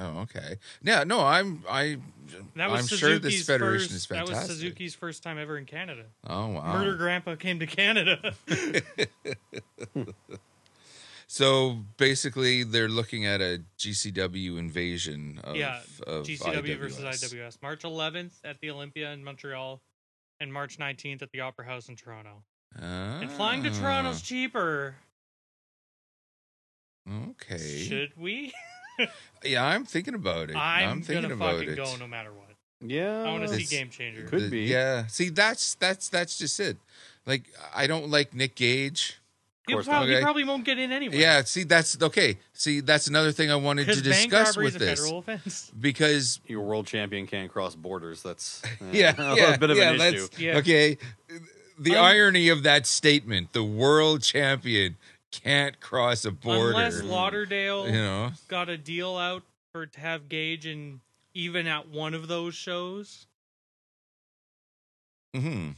S3: oh, okay. Yeah, no, I'm I
S5: That was
S3: I'm
S5: Suzuki's
S3: sure this federation
S5: first,
S3: is fantastic.
S5: That was Suzuki's first time ever in Canada.
S3: Oh wow.
S5: Murder Grandpa came to Canada.
S3: So basically they're looking at a GCW invasion of,
S5: yeah,
S3: of
S5: GCW
S3: IWS.
S5: versus IWS, March 11th at the Olympia in Montreal, and March 19th at the Opera House in Toronto. And flying to
S3: Ah,
S5: Toronto's cheaper.
S3: Okay.
S5: Should we?
S3: Yeah, I'm thinking about it.
S5: I'm,
S3: I'm, thinking
S5: gonna
S3: about
S5: fucking
S3: it.
S5: go no matter what.
S4: yeah,
S5: I want to see
S3: It's-
S5: Game Changer.
S4: Could
S3: The-
S4: be.
S3: Yeah. See, that's that's that's just it. Like I don't like Nick Gage.
S5: You
S4: course,
S5: probably,
S3: okay.
S5: probably won't get in anyway.
S3: Yeah, see that's okay. See, that's another thing I wanted
S5: because
S3: to
S5: bank
S3: discuss
S5: robbery
S3: with
S5: is a
S3: this.
S5: federal offense.
S3: Because
S4: your world champion can't cross borders. That's uh,
S3: yeah,
S4: a
S3: yeah,
S4: bit of
S3: yeah,
S4: an issue.
S3: that's-
S5: Yeah.
S3: Okay. The
S5: Um,
S3: irony of that statement, the world champion can't cross a border.
S5: Unless Lauderdale
S3: you know.
S5: got a deal out for to have Gage and even at one of those shows,
S3: hmm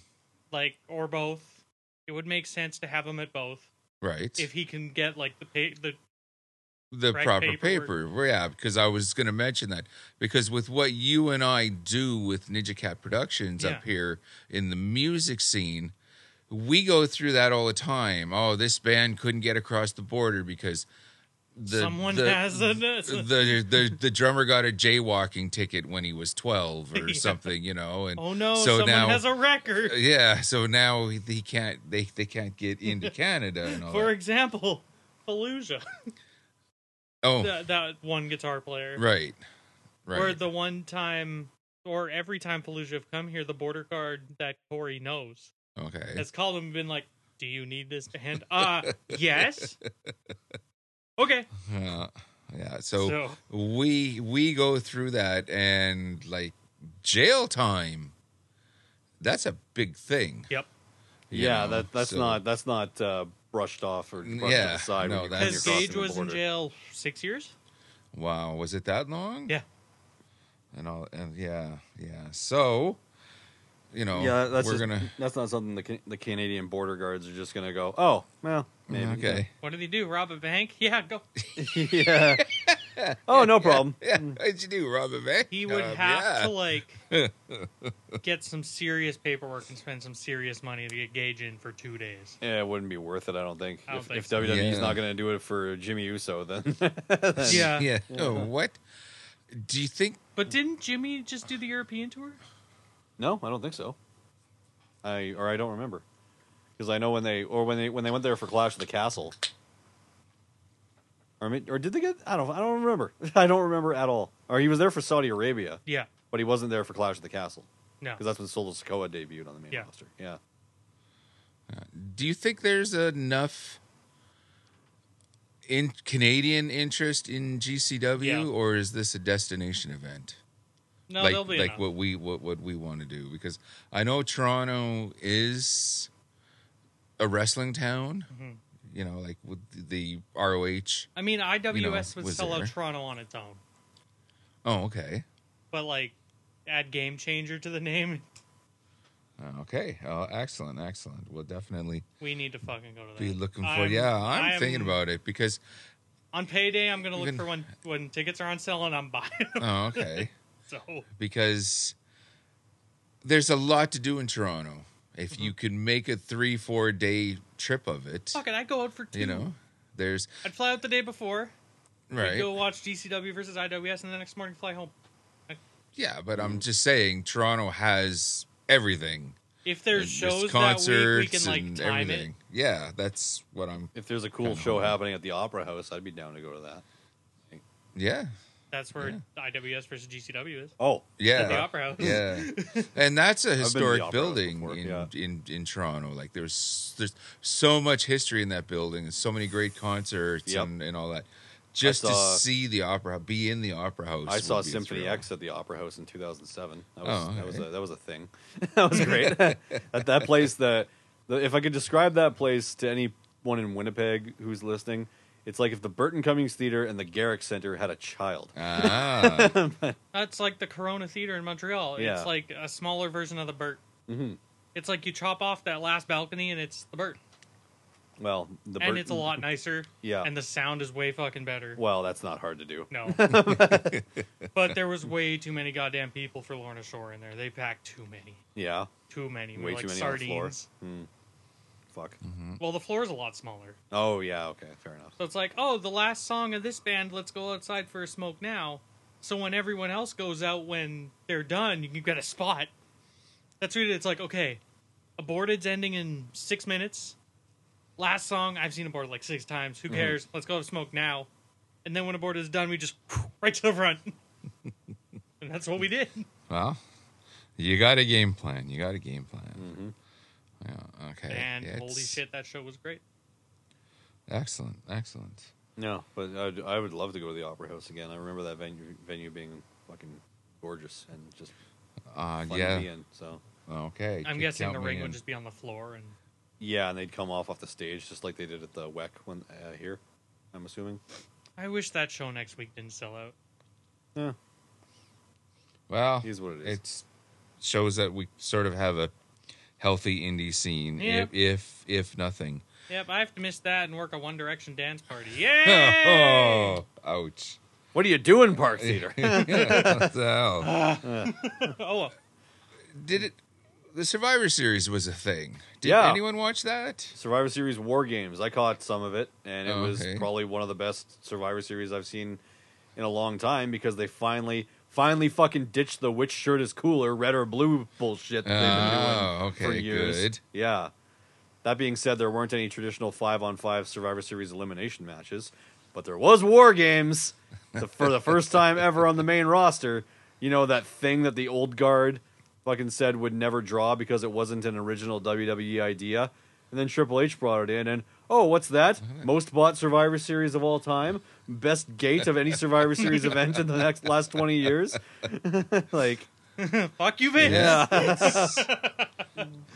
S5: like or both, it would make sense to have him at both
S3: Right.
S5: if he can get like the pay, the
S3: the
S5: correct
S3: proper paper.
S5: paperwork.
S3: Yeah, because I was going to mention that because with what you and I do with Ninja Cat Productions up
S5: Yeah.
S3: here in the music scene, we go through that all the time. Oh, this band couldn't get across the border because the
S5: someone
S3: the,
S5: has a
S3: the, the the drummer got a jaywalking ticket when he was 12 or
S5: Yeah.
S3: something, you know, and
S5: oh no,
S3: so
S5: someone
S3: now
S5: has a record.
S3: yeah, so now he he can't they they can't get into Canada and all
S5: For
S3: that.
S5: example, Fallujah,
S3: Oh,
S5: that, that one guitar player,
S3: right. Right.
S5: or the one time or every time Fallujah have come here, the border guard that Corey knows
S3: okay.
S5: has called him and been like, "Do you need this band?" Uh, yes. Okay.
S3: Yeah, yeah. So,
S5: So,
S3: we we go through that and like jail time. That's a big thing.
S5: yep.
S3: you
S4: yeah,
S3: know,
S4: that that's
S3: so-
S4: not that's not uh, brushed off or brushed to
S3: Yeah,
S4: the side.
S3: no,
S4: when you're
S3: that's- Because
S5: Because
S4: crossing
S5: Gage
S4: the
S5: was in
S4: border.
S5: jail six years.
S3: Wow, was it that long?
S5: Yeah.
S3: and all and yeah, yeah. So, you know,
S4: Yeah, that's
S3: we're
S4: just-
S3: gonna
S4: That's not something the Ca- the Canadian border guards are just gonna go. Oh, well, maybe.
S3: okay.
S5: What did he do? Rob a bank? Yeah, go.
S4: yeah. Oh, no problem.
S3: Yeah, what'd you do, Robin? Van?
S5: He would have to like get some serious paperwork and spend some serious money to get Gage in for two days.
S4: Yeah, it wouldn't be worth it. I don't think.
S5: I don't
S4: if,
S5: think
S4: if
S5: so.
S4: WWE's
S3: Yeah.
S4: not gonna do it for Jimmy Uso, then
S5: Yeah.
S3: yeah. Oh, what? Do you think?
S5: But didn't Jimmy just do the European tour?
S4: no, I don't think so. I or I don't remember because I know when they or when they when they went there for Clash of the Castle. Or, I mean- or did they get? I don't. I don't remember. I don't remember at all. Or he was there for Saudi Arabia,
S5: Yeah.
S4: but he wasn't there for Clash of the Castle
S5: No.
S4: because that's when Solo Sokoa debuted on the main
S5: Yeah.
S4: roster. Yeah.
S3: Do you think there's enough in Canadian interest in GCW,
S5: Yeah.
S3: or is this a destination event?
S5: No,
S3: like
S5: there'll be
S3: like
S5: enough.
S3: what we what what we want to do because I know Toronto is a wrestling town.
S5: Mm-hmm.
S3: You know, like with the ROH.
S5: I mean, IWS
S3: you know,
S5: would
S3: was
S5: sell
S3: there.
S5: out Toronto on its own,
S3: Oh, okay.
S5: but like add Game Changer to the name,
S3: Uh, Okay. Oh, excellent. Excellent. We'll definitely
S5: we need to fucking go to that.
S3: be looking for. yeah, I'm, thinking about it because.
S5: On payday, I'm gonna look
S3: Even-
S5: for when when tickets are on sale and I'm buying them.
S3: Oh, okay.
S5: So
S3: because there's a lot to do in Toronto. If
S5: Mm-hmm.
S3: you can make a three four day trip of it,
S5: fucking, I'd go out for two.
S3: you know, there's
S5: I'd fly out the day before. We'd
S3: right.
S5: go watch GCW versus IWS, and the next morning fly home.
S3: Yeah, but I'm just saying Toronto has everything.
S5: If there's
S3: And
S5: shows that week, we can like
S3: and
S5: time
S3: everything. Yeah, that's what I'm.
S4: If there's a cool
S3: Kinda
S4: show
S3: hard.
S4: happening at the Opera House, I'd be down to go to that.
S3: Yeah,
S5: it. That's where IWS versus GCW is.
S4: Oh,
S3: yeah,
S5: At the Opera House.
S3: Yeah, and that's a historic
S4: Opera House
S3: building
S4: before,
S3: in,
S4: yeah.
S3: in in Toronto. Like there's there's so much history in that building, and so many great concerts
S4: Yep.
S3: and, and all that. Just
S4: saw-
S3: to see the opera, be in the opera house.
S4: I saw
S3: would be a
S4: Symphony
S3: thrill.
S4: X at the Opera House in 2007. That was
S3: Oh,
S4: that was
S3: okay.
S4: a, that was a thing. that was great. at that place, the, the if I could describe that place to anyone in Winnipeg who's listening, it's like if the Burton Cummings Theater and the Garrick Center had a child.
S3: Ah,
S5: That's like the Corona Theater in Montreal.
S4: Yeah.
S5: It's like a smaller version of the Burt.
S4: Mhm.
S5: It's like you chop off that last balcony and it's the Burt.
S4: Well, the
S5: and
S4: Burton,
S5: it's a lot nicer.
S4: Yeah.
S5: And the sound is way fucking better.
S4: Well, that's not hard to do.
S5: No. but there was way too many goddamn people for Lorna Shore in there. They packed too many.
S4: Yeah,
S5: Too many. We
S4: way
S5: were like
S4: too many on the floor. Mm-hmm.
S5: sardines.
S4: Hmm. Fuck.
S3: Mm-hmm.
S5: Well, the floor's a lot smaller.
S4: Oh yeah. Okay. Fair enough.
S5: So it's like, oh, the last song of this band, let's go outside for a smoke now. So when everyone else goes out when they're done, you can get a spot. That's really it's like, okay, aborted's ending in six minutes. Last song, I've seen aborted like six times. Who cares? Let's go have smoke now. And then when aborted is done, we just right to the front. and that's what we did.
S3: well, you got a game plan. You got a game
S4: Mm-hmm.
S3: plan. Yeah. Okay.
S5: And
S3: Yeah,
S5: holy
S3: it's
S5: shit, that show was great.
S3: Excellent. Excellent.
S4: No, but I'd, I would love to go to the Opera House again. I remember that venue venue being fucking gorgeous and just
S3: Uh,
S4: fun to be
S3: yeah.
S4: in. So.
S3: Okay.
S5: I'm
S3: c-
S5: guessing
S3: count
S5: the
S3: me
S5: ring
S3: in.
S5: would just be on the floor and
S4: Yeah, and they'd come off off the stage just like they did at the WEC when uh, here. I'm assuming.
S5: I wish that show next week didn't sell out.
S4: Yeah,
S3: Well,
S4: It is what it is.
S3: It shows that we sort of have a healthy indie scene,
S5: Yeah.
S3: if, if if nothing.
S5: Yep, I have to miss that and work a One Direction dance party. Yeah.
S3: Oh, ouch!
S4: What are you doing, Park Theater?
S3: Yeah, what the hell?
S5: oh,
S3: Did it? The Survivor Series was a thing. Did
S4: Yeah.
S3: anyone watch that?
S4: Survivor Series War Games. I caught some of it, and it
S3: Oh,
S4: was
S3: okay.
S4: probably one of the best Survivor Series I've seen in a long time because they finally, finally fucking ditched the which shirt is cooler, red or blue bullshit.
S3: Oh,
S4: That they've been doing
S3: okay,
S4: for years.
S3: good.
S4: Yeah. That being said, there weren't any traditional five on five Survivor Series elimination matches, but there was War Games the, for the first time ever on the main roster. You know, that thing that the old guard fucking said would never draw because it wasn't an original WWE idea. And then Triple H brought it in, and oh, what's that? Most bought Survivor Series of all time, best gate of any Survivor Series event in the next last twenty years. like,
S5: fuck you, Vince.
S4: yeah,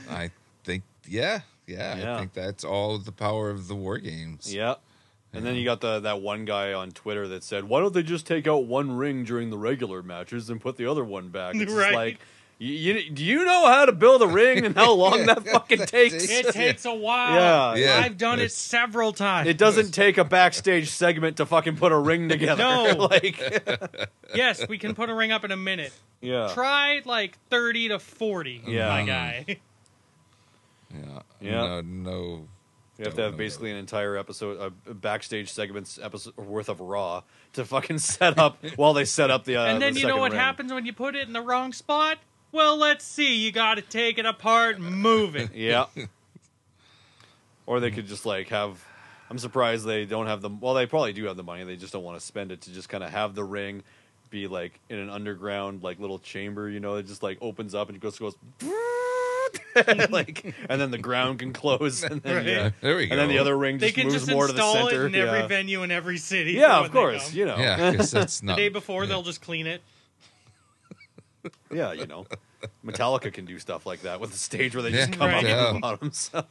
S3: I think yeah, yeah, I
S4: Yeah.
S3: think that's all the power of the war games.
S4: Yeah. And then you got the that one guy on Twitter that said, "Why don't they just take out one ring during the regular matches and put the other one back?" It's just
S5: Right.
S4: like, you, you, do you know how to build a ring and how long that fucking takes?
S5: It takes a while.
S4: Yeah.
S3: Yeah.
S5: I've done it
S3: It's-
S5: several times.
S4: It doesn't take a backstage segment to fucking put a ring together.
S5: No.
S4: like,
S5: yes, we can put a ring up in a minute.
S4: yeah,
S5: Try like 30 to 40,
S4: Yeah.
S5: my guy.
S3: yeah,
S4: Yeah.
S3: No, no,
S4: you have
S3: Don't
S4: to have
S3: know.
S4: basically an entire episode, a backstage segments episode worth of Raw to fucking set up while they set up the. Uh,
S5: and then
S4: the
S5: you know
S4: second
S5: what
S4: ring.
S5: happens when you put it in the wrong spot? Well, let's see. You got to take it apart and move it.
S4: Yeah. or they could just like have. I'm surprised they don't have the. Well, they probably do have the money. They just don't want to spend it to just kind of have the ring be like in an underground like little chamber. You know, it just like opens up and goes goes. like and then the ground can close and then
S5: Right.
S4: yeah.
S3: There we
S4: and then the
S3: go.
S4: other ring
S5: They
S4: just
S5: can
S4: moves
S5: just
S4: more to the
S5: install it
S4: center
S5: in every
S4: yeah.
S5: venue in every city. for
S4: yeah
S5: when
S4: of
S5: they
S4: course
S5: come.
S4: you know
S3: yeah, because that's not
S5: The day before, they'll just clean it.
S4: yeah you know Metallica can do stuff like that with a stage where they just
S3: Yeah.
S4: come up
S3: Right.
S4: at the bottom so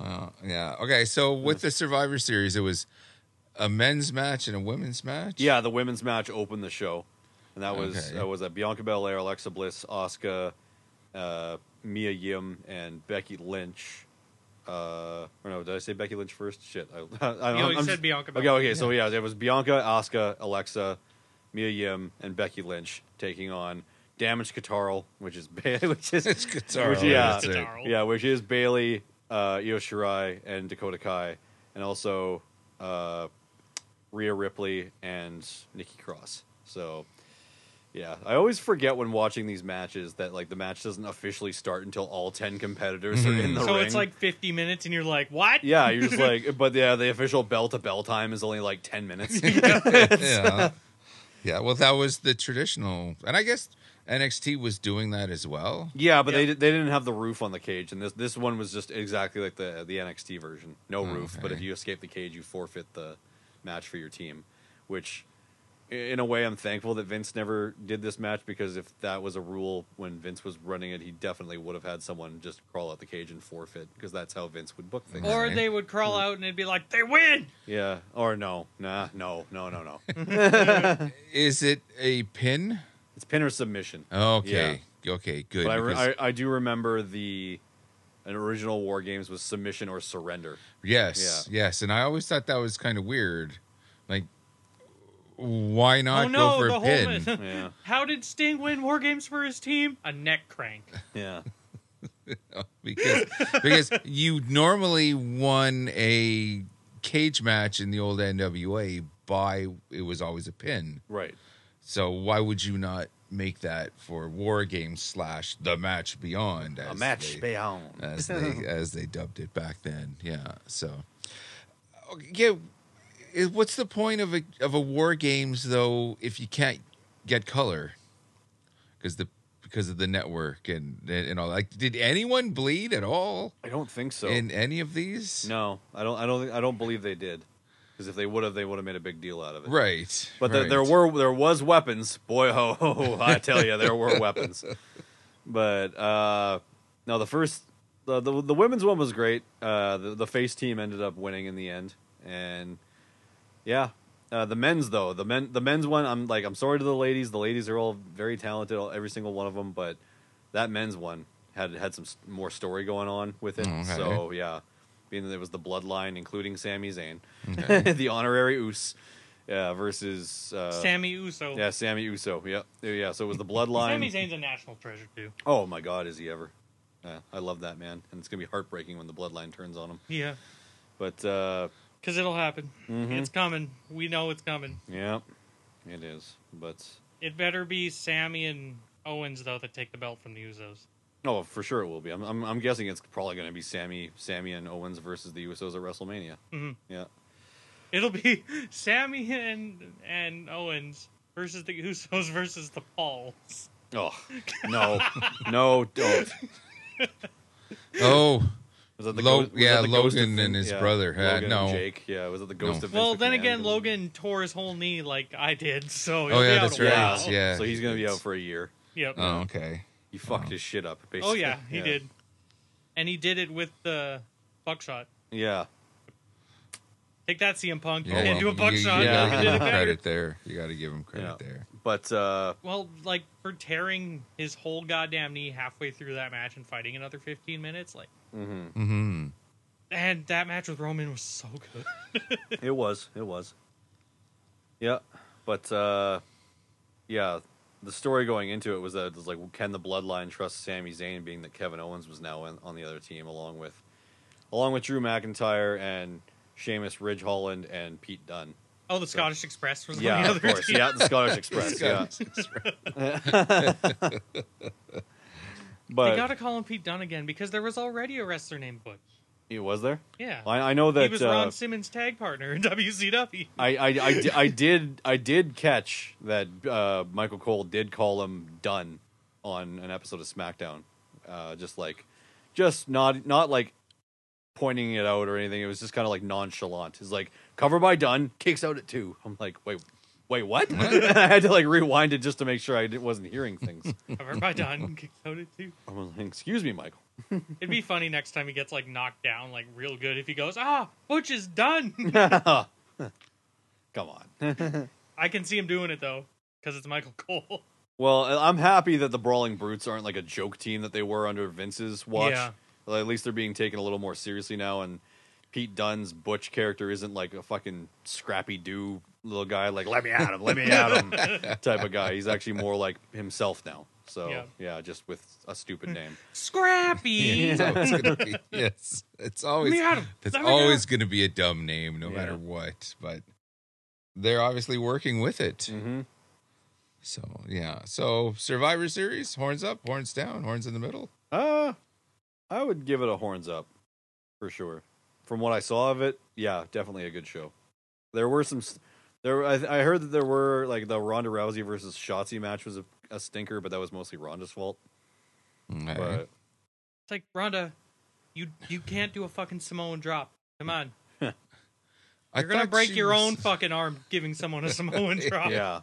S3: Uh, yeah. Okay. So with the Survivor Series, it was a men's match and a women's match.
S4: Yeah, the women's match opened the show, and that was
S3: Okay.
S4: that was at Bianca Belair, Alexa Bliss, Asuka, uh, Mia Yim, and Becky Lynch. Uh, or no, did I say Becky Lynch first? Shit, I, I don't know.
S5: You know, you
S4: I'm
S5: said
S4: just-
S5: Bianca
S4: Okay,
S5: Belair.
S4: okay, so yeah, it was Bianca, Asuka, Alexa, Mia Yim, and Becky Lynch taking on Damage Katarl, which is ba- which is
S3: It's Katara.
S4: Which- yeah.
S3: that's it.
S4: yeah, which is Bailey, uh, Io Shirai, and Dakota Kai, and also uh, Rhea Ripley and Nikki Cross. So, yeah, I always forget when watching these matches that like the match doesn't officially start until all ten competitors are in the
S5: So
S4: ring.
S5: it's like 50 minutes, and you're like, what?
S4: yeah, you're just like, but yeah, the official bell to bell time is only like ten minutes.
S3: yeah. Yeah. Well, that was the traditional, and I guess NXT was doing that as well.
S4: yeah, but
S5: Yeah.
S4: they di- they didn't have the roof on the cage, and this this one was just exactly like the the NXT version, no roof. But if
S3: Oh, Okay.
S4: you escape the cage, you forfeit the match for your team, which. i- In a way, I'm thankful that Vince never did this match because if that was a rule when Vince was running it, he definitely would have had someone just crawl out the cage and forfeit because that's how Vince would book things.
S5: Or they would crawl out and it'd be like, they win!
S4: yeah, or no, nah, no, no, no, no.
S3: Is it a pin?
S4: it's pin or submission.
S3: Okay. Okay. Good.
S4: But I, re-
S3: Oh, because-
S4: I, I do remember the an original War Games was submission or surrender.
S3: yes. Yes. And I always thought that was kind of weird. Like, why not
S5: oh no,
S3: go for
S5: the
S3: a
S5: whole.
S3: pin?
S4: Yeah,
S5: How did Sting win War Games for his team? A neck crank.
S4: yeah.
S3: because because you normally won a cage match in the old NWA by it was always a pin.
S4: Right.
S3: So why would you not make that for War Games slash the match beyond as
S4: a match
S3: they,
S4: beyond.
S3: as they as they dubbed it back then? Yeah. So okay, yeah, it- what's the point of a of a War Games though if you can't get color? Because the because of the network and and all like did anyone bleed at all?
S4: I don't think so.
S3: in any of these?
S4: no, I don't. I don't. think- I don't believe they did. Because if they would have, they would have made a big deal out of it.
S3: Right.
S4: But
S3: right.
S4: there, there were there was weapons. Boy, ho, ho, ho, I tell you, there were weapons. But uh, no, the first the, the the women's one was great. Uh, the the face team ended up winning in the end, and yeah, uh, the men's though the men the men's one. I'm like I'm sorry to the ladies. The ladies are all very talented, all, every single one of them. But that men's one had had some s- more story going on with it.
S3: Okay.
S4: So yeah, being that it was the bloodline, including Sami Zayn, the honorary Oos. Yeah, versus uh,
S5: Sammy Uso.
S4: yeah, Sammy Uso. Yeah, yeah. So it was the bloodline.
S5: Sammy Zayn's a national treasure, too.
S4: Oh my God, is he ever? Yeah, I love that man, and it's gonna be heartbreaking when the bloodline turns on him.
S5: Yeah.
S4: But uh,
S5: Because it'll happen. It's coming. We know it's coming.
S4: yeah, it is. But
S5: It better be Sammy and Owens, though, that take the belt from the Usos.
S4: oh, for sure it will be. I'm, I'm, I'm guessing it's probably gonna be Sammy, Sammy and Owens versus the Usos at WrestleMania.
S5: Mhm.
S4: Yeah,
S5: It'll be Sammy and and Owens versus the Usos versus the Pauls.
S4: Oh no, no, don't.
S3: Oh,
S4: Was that the
S3: Lo-
S4: was
S3: yeah,
S4: that the ghost
S3: Logan
S4: of-
S3: and his
S4: yeah,
S3: brother. Uh,
S4: Logan and
S3: no.
S4: Jake. Yeah, was it the ghost
S3: No.
S4: of? Vince
S5: Well, then
S4: McMahon?
S5: again, Logan tore his whole knee like I did, so he'll
S3: Oh,
S5: be
S3: yeah,
S5: out
S3: that's
S5: a
S3: right,
S5: while.
S3: yeah.
S4: So he's gonna be out for a year.
S5: Yep.
S3: oh, okay.
S4: You fucked his shit up. Basically.
S5: oh yeah, he Oh, did. and he did it with the buckshot.
S4: Yeah.
S5: Take that, CM Punk.
S3: Yeah,
S5: you didn't do a
S3: well, you-
S5: buckshot.
S3: You,
S5: Yeah.
S3: gotta
S5: You
S3: give
S5: did it
S3: him
S5: better.
S3: credit there. You gotta give him credit
S4: Yeah.
S3: there.
S4: But uh,
S5: Well, like for tearing his whole goddamn knee halfway through that match and fighting another 15 minutes, like,
S3: Mm-hmm.
S5: and that match with Roman was so good.
S4: it was, it was. Yeah, but uh, yeah, the story going into it was that it was like, can the bloodline trust Sami Zayn, being that Kevin Owens was now in, on the other team along with, along with Drew McIntyre and Sheamus, Ridge Holland, and Pete Dunn.
S5: Oh, the Scottish Express was on
S4: Yeah,
S5: the
S4: of
S5: other
S4: course.
S5: team.
S4: Yeah, the Scottish Express. yeah,
S5: They
S4: but
S5: gotta call him Pete Dunne again because there was already a wrestler named Butch.
S4: he was there.
S5: Yeah,
S4: I, I know that
S5: he was
S4: uh,
S5: Ron Simmons' tag partner in WCW.
S4: I, I, I, di- I did I did catch that uh, Michael Cole did call him done on an episode of SmackDown, uh, just like just not not like pointing it out or anything. It was just kind of like nonchalant. It's like cover by done kicks out at two. I'm like wait wait what? I had to like rewind it just to make sure I di- wasn't hearing things.
S5: Covered by Dunne, kicked out at two.
S4: I was like excuse me, Michael.
S5: It'd be funny next time he gets like knocked down like real good if he goes, ah, Butch is done.
S4: Come on.
S5: I can see him doing it though because it's Michael Cole.
S4: Well, I- I'm happy that the Brawling Brutes aren't like a joke team that they were under Vince's watch.
S5: Yeah.
S4: Well, at least they're being taken a little more seriously now, and Pete Dunn's Butch character isn't like a fucking scrappy do little guy, like, let me at him, let me at him type of guy. He's actually more like himself now. So, yeah,
S5: Yeah.
S4: just with a stupid name.
S5: Scrappy.
S3: It's always gonna be yes. It's always
S5: Let me at him.
S3: it's
S5: Let me
S3: always
S5: at
S3: gonna be a dumb name no
S4: Yeah.
S3: matter what. But they're obviously working with it.
S4: Mm-hmm.
S3: So yeah. So Survivor Series, horns up, horns down, horns in the middle.
S4: Uh, I would give it a horns up for sure. From what I saw of it, yeah, definitely a good show. There were some. s- There, I, I heard that there were like the Ronda Rousey versus Shotzi match was a, a stinker, but that was mostly Ronda's fault.
S3: Okay.
S4: But
S5: It's like Rhonda, you you can't do a fucking Samoan drop. Come on,
S3: I
S5: you're gonna
S3: thought
S5: break
S3: she
S5: your
S3: was-
S5: own fucking arm giving someone a Samoan drop.
S4: yeah,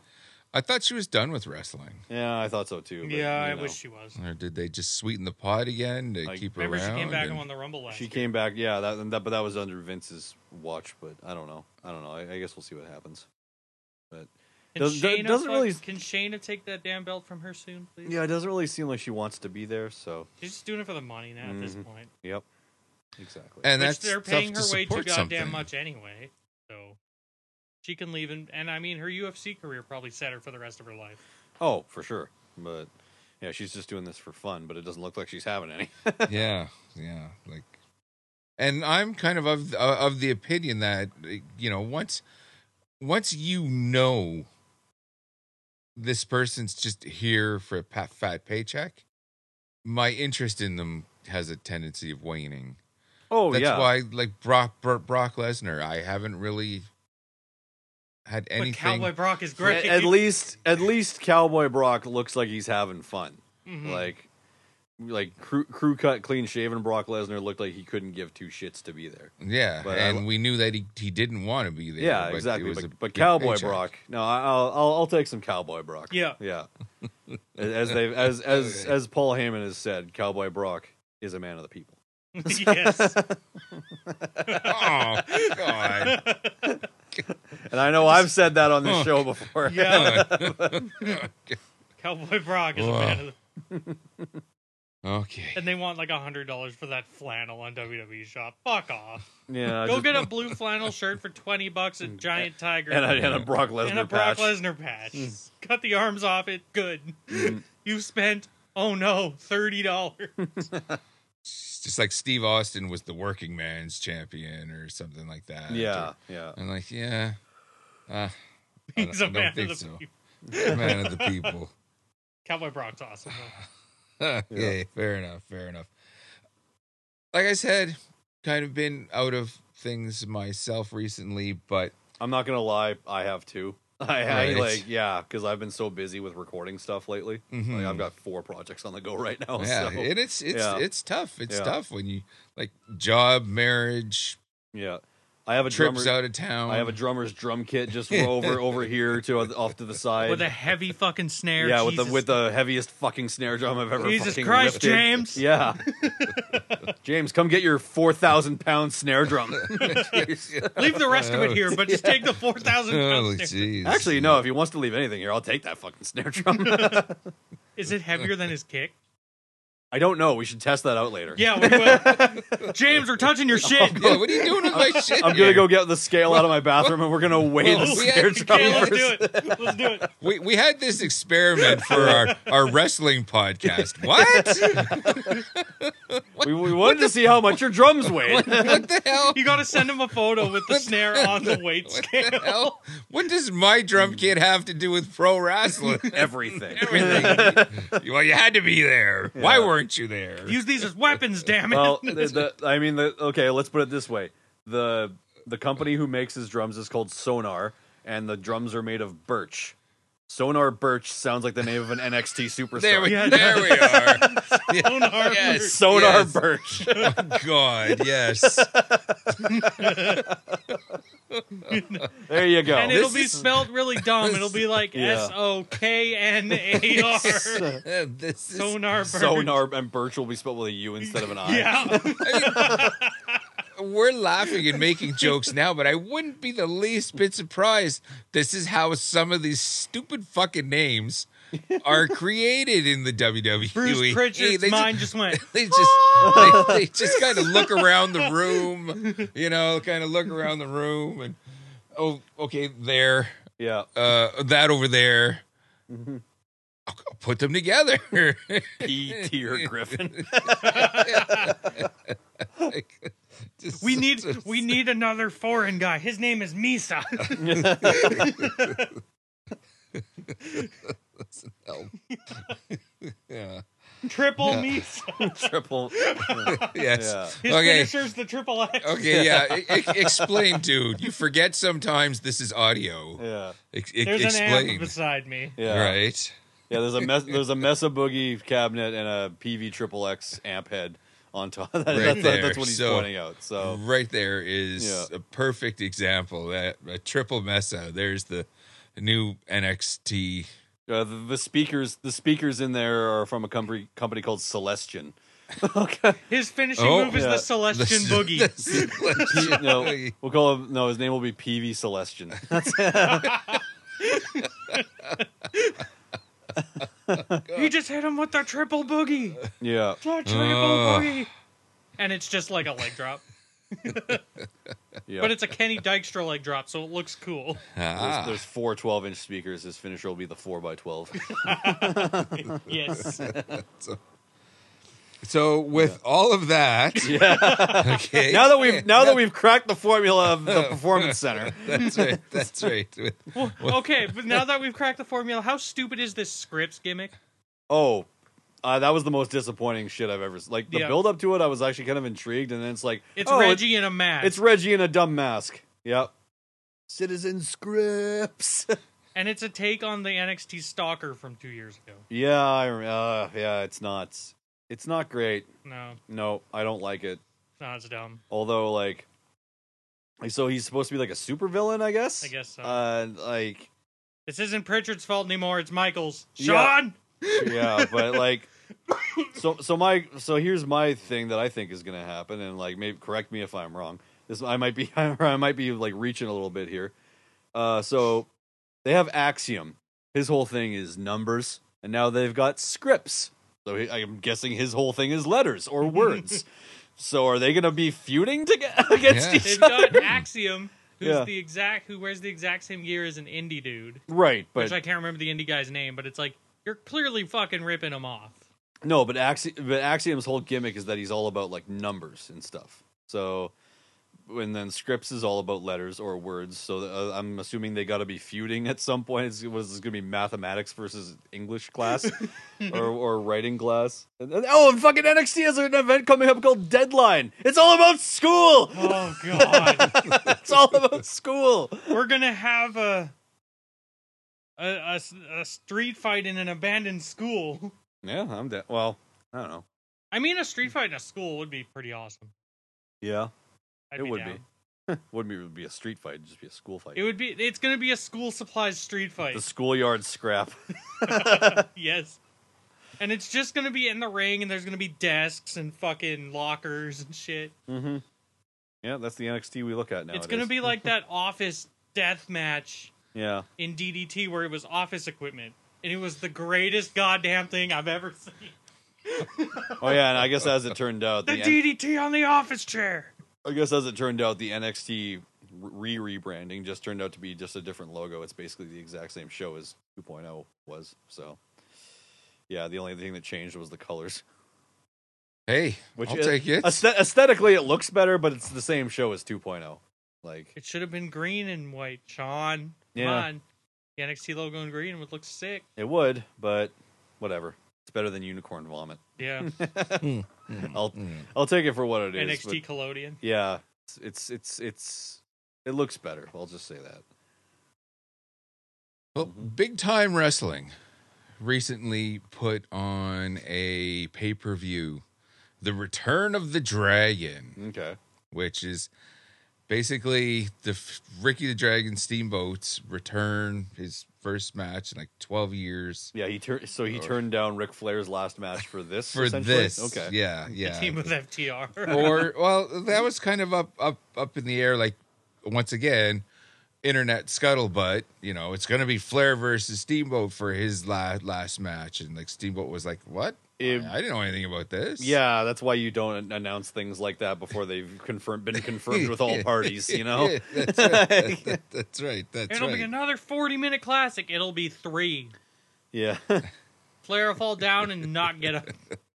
S3: I thought she was done with wrestling.
S4: yeah, I thought so too. but,
S5: Yeah,
S4: you
S5: I
S4: know.
S5: wish she was.
S3: Or did they just sweeten the pot again to
S4: Like,
S3: keep her
S5: Remember,
S3: around?
S5: she came back
S3: and-
S5: and won the Rumble last.
S4: she
S5: year.
S4: came back. Yeah, that, and that but that was under Vince's watch. But I don't know. I don't know. I, I guess we'll see what happens. But
S5: Can
S4: Does-
S5: Shayna
S4: doesn't
S5: fuck-
S4: really-
S5: Can Shayna take that damn belt from her soon, please?
S4: yeah, it doesn't really seem like she wants to be there. So
S5: She's just doing it for the money now at this
S4: Mhm.
S5: point.
S4: yep, exactly.
S3: and
S5: Which
S3: that's
S5: they're
S3: tough
S5: paying
S3: to
S5: her way too
S3: support
S5: goddamn
S3: something.
S5: much anyway. So she can leave and and I mean her UFC career probably set her for the rest of her life.
S4: Oh, for sure. But yeah, she's just doing this for fun, but it doesn't look like she's having any.
S3: yeah, yeah. Like, and I'm kind of of uh, of the opinion that you know once once you know this person's just here for a pa- fat paycheck, my interest in them has a tendency of waning.
S4: Oh,
S3: That's why, like Brock Bro- Brock Lesnar, I haven't really had anything.
S5: But Cowboy Brock is
S4: At,
S5: great.
S4: at least at least Cowboy Brock looks like he's having fun.
S5: Mhm.
S4: Like like crew, crew cut clean shaven Brock Lesnar looked like he couldn't give two shits to be there.
S3: yeah,
S4: but I
S3: and
S4: lo-
S3: we knew that he he didn't want to be there.
S4: yeah,
S3: but it
S4: exactly.
S3: was a
S4: But, but
S3: good
S4: Cowboy
S3: paycheck.
S4: Brock, no, I- I'll, I'll I'll take some Cowboy Brock.
S5: Yeah.
S4: yeah. as they as as as Paul Heyman has said, Cowboy Brock is a man of the people.
S5: yes.
S3: Oh God!
S4: And I know I've said that on this show before.
S5: Yeah. Cowboy Brock is a
S3: Wow.
S5: man of the
S3: Okay.
S5: and they want like a hundred dollars for that flannel on WWE shop. Fuck off.
S4: yeah
S5: Go
S4: just-
S5: get a blue flannel shirt for twenty bucks at Giant Tiger
S4: and a, and a Brock Lesnar
S5: and a Brock
S4: patch. Mm.
S5: Lesnar patch. Cut the arms off it. Good. you spent oh no thirty dollars.
S3: It's just like Steve Austin was the working man's champion or something like that.
S4: Yeah, yeah.
S3: I'm like, yeah. Uh, I don't,
S5: He's a
S3: I don't
S5: man
S3: think
S5: of the
S3: so.
S5: people.
S3: man of the people.
S5: Cowboy Brock's awesome. though.
S3: yeah. fair enough, fair enough. Like I said, kind of been out of things myself recently, but
S4: I'm not gonna lie, I have too. I, I,
S3: Right.
S4: like yeah, because I've been so busy with recording stuff lately.
S3: Mhm.
S5: Mm-hmm.
S4: Like I've got four projects on the go right now.
S3: yeah,
S4: Oh, so,
S3: and it's it's
S4: yeah.
S3: it's tough. It's
S4: Yeah.
S3: tough when you like job, marriage,
S4: yeah. I have a
S3: trips
S4: drummer.
S3: out of town.
S4: I have a drummer's drum kit just over over here to off to the side.
S5: with a heavy fucking snare.
S4: yeah, with
S5: Jesus.
S4: the with the heaviest fucking snare drum I've ever.
S5: Jesus
S4: fucking
S5: Christ,
S4: lifted.
S5: James.
S4: Yeah, James, come get your four thousand pound snare drum. Jeez.
S5: leave the rest of it here, but just take the four thousand
S3: Oh,
S5: pounds. snare.
S3: jeez.
S4: Actually, no. If he wants to leave anything here, I'll take that fucking snare drum.
S5: Is it heavier than his kick?
S4: I don't know. We should test that out later.
S5: Yeah, we will. James, we're touching your shit.
S3: Oh, Yeah, what are you doing with my shit?
S4: I'm
S3: here?
S4: gonna go get the scale out of my bathroom and we're gonna weigh
S3: Well,
S4: the
S3: we
S4: snare
S3: actually
S4: drum.
S5: Okay, let's
S4: first.
S5: do it. Let's do it.
S3: We we had this experiment for our, our wrestling podcast. What?
S4: We, we wanted to see how much your drums weighed.
S3: What the hell?
S5: You got to send him a photo with the snare on the weight
S3: What the
S5: scale.
S3: hell? What does my drum kit have to do with pro wrestling?
S4: Everything.
S3: Everything. well, you had to be there. Why weren't you there?
S5: Use these as weapons, damn it.
S4: Well, the, the, I mean, the, okay, let's put it this way: the the company who makes his drums is called Sonar, and the drums are made of birch. Sonar Birch sounds like the name of an NXT superstar.
S3: there we,
S5: Yeah.
S3: there we are.
S5: Sonar.
S3: Yes.
S4: Sonar
S3: yes.
S4: Birch.
S3: God, yes.
S4: There you go.
S5: And it'll
S3: This
S5: be
S3: is-
S5: spelled really dumb. It'll be like
S4: Yeah.
S5: S O K N A R.
S3: Uh, this is
S5: Sonar. bird.
S4: Sonar and Birch will be spelled with a U instead of an I.
S5: Yeah.
S3: we're laughing and making jokes now, but I wouldn't be the least bit surprised. This is how some of these stupid fucking names are created in the WWE.
S5: Bruce
S3: Hey,
S5: Pritchard's
S3: they
S5: mind
S3: just,
S5: just went.
S3: they just they, they just kind of look around the room, you know, kind of look around the room and oh, okay, there,
S4: Yeah.
S3: uh, that over there. I'll- I'll put them together.
S4: P tier Griffin.
S3: Just-
S5: We need we need another foreign guy. His name is Misa.
S3: yeah.
S5: Triple Misa.
S4: Triple.
S3: Yes.
S4: Yeah.
S5: His
S3: Okay.
S5: finisher's the triple X.
S3: Okay, yeah. E- e- explain, dude. You forget sometimes this is audio.
S4: Yeah.
S3: Ex- ex-
S5: There's an amp
S3: explain.
S5: beside me.
S4: Yeah.
S3: Right.
S4: Yeah, there's a mess, there's a Mesa Boogie cabinet and a PV Triple X amp head on top. That,
S3: Right
S4: that's,
S3: there.
S4: that's what he's
S3: So-
S4: pointing out. So
S3: Right there is
S4: Yeah.
S3: a perfect example. That a triple mesa. There's the new NXT.
S4: uh, the, the speakers the speakers in there are from a company company called Celestion. okay,
S5: His finishing
S3: Oh,
S5: move is
S4: yeah.
S5: the Celestian
S3: This-
S5: Boogie.
S3: this-
S4: P- no, we'll call him. No, his name will be PV Celestion.
S5: He just hit him with the triple boogie.
S4: yeah,
S5: The triple
S3: Ugh.
S5: boogie. And it's just like a leg drop.
S4: yeah.
S5: But it's a Kenny Dykstra leg drop, so it looks cool.
S4: there's,
S3: ah,
S4: there's four 12 inch speakers. His finisher will be the four by twelve.
S5: Yes.
S3: so with all of that, okay.
S4: Now that we've now that we've cracked the formula of the performance center,
S3: that's right. That's right. With-
S5: Well, okay, but now that we've cracked the formula, how stupid is this scripts gimmick?
S4: Oh, uh, that was the most disappointing shit I've ever s Like the
S5: Yeah.
S4: build up to it, I was actually kind of intrigued, and then it's like
S5: It's
S4: oh, it-
S5: Reggie in a mask.
S4: it's Reggie in a dumb mask. Yep. Citizen scripts.
S5: and it's a take on the NXT stalker from two years ago.
S4: yeah, I, rem- uh, yeah. It's not. It's not great.
S5: No,
S4: No, I don't like it.
S5: no, it's dumb.
S4: Although, like, so he's supposed to be like a supervillain, I guess.
S5: I guess so.
S4: Uh, like,
S5: This isn't Pritchard's fault anymore, it's Michael's.
S4: Yeah.
S5: Sean!
S4: yeah, but like, so so my so here's my thing that I think is gonna happen, and like, maybe correct me if I'm wrong. This I might be I might be like reaching a little bit here. Uh, so they have Axiom. His whole thing is numbers, and now they've got scripts. So he, I'm guessing his whole thing is letters or words. so are they gonna be feuding to against
S3: Yeah.
S4: each
S5: They've
S4: other?
S5: got Axiom, who's
S4: Yeah.
S5: the exact who wears the exact same gear as an indie dude,
S4: Right,
S5: which
S4: but
S5: I can't remember the indie guy's name, but it's like you're clearly fucking ripping him off.
S4: No, but Axi- but Axiom's whole gimmick is that he's all about like numbers and stuff. So, and then Scripps is all about letters or words. So uh, I'm assuming they got to be feuding at some point. It's, was this going to be mathematics versus English class or or writing class? And, and- oh, and fucking NXT has an event coming up called Deadline. It's all about school.
S5: Oh god,
S4: It's all about school.
S5: we're gonna have a a, a s- a street fight in an abandoned school.
S4: Yeah, I'm dead. Well, I don't know.
S5: I mean, a street fight in a school would be pretty awesome.
S4: Yeah,
S5: I'd
S4: it would
S5: down.
S4: be. Wouldn't be, it would be a street fight. It'd just be a school fight.
S5: It would be. It's gonna be a school supplies street fight.
S4: the schoolyard scrap.
S5: yes. And it's just gonna be in the ring, and there's gonna be desks and fucking lockers and shit.
S4: yeah, that's the NXT we look at now.
S5: it's gonna be like that office death match
S4: yeah.
S5: in DDT where it was office equipment, and it was the greatest goddamn thing I've ever seen.
S4: Oh yeah, and I guess as it turned out,
S5: The
S4: the N-
S5: DDT on the office chair.
S4: I guess as it turned out, the NXT re rebranding just turned out to be just a different logo. It's basically the exact same show as 2.0 was. So, yeah, the only thing that changed was the colors.
S3: Hey,
S4: Which
S3: I'll
S4: is-
S3: take it.
S4: aesthet- aesthetically, it looks better, but it's the same show as 2.0. Like,
S5: It should have been green and white, Sean. Come
S4: Yeah.
S5: on. The NXT logo in green would look sick.
S4: it would, but whatever. It's better than unicorn vomit.
S5: Yeah.
S3: Hmm.
S4: I'll I'll take it for what it is.
S5: NXT Collodion.
S4: but yeah, it's, it's it's it's it looks better. I'll just say that.
S3: Well, big time wrestling recently put on a pay per view, The Return of the Dragon.
S4: Okay.
S3: which is basically the f- Ricky the Dragon Steamboat's return, his first match in like 12 years
S4: Yeah, he turned so he
S3: Or-
S4: turned down Ric Flair's last match for this.
S3: for
S4: essentially?
S3: this.
S4: okay.
S3: Yeah,
S5: The team
S3: yeah.
S5: with FTR.
S3: or well, that was kind of up up up in the air like once again internet scuttlebutt, you know, it's going to be Flair versus Steamboat for his last last match and like Steamboat was like, "What?
S4: If-
S3: I didn't know anything about this."
S4: Yeah, that's why you don't announce things like that before they've confirmed been confirmed with all parties. You know.
S3: that's right. That's right. That's
S5: It'll
S3: right.
S5: be another 40 minute classic. It'll be three.
S4: Yeah.
S5: Flair will fall down and not get up.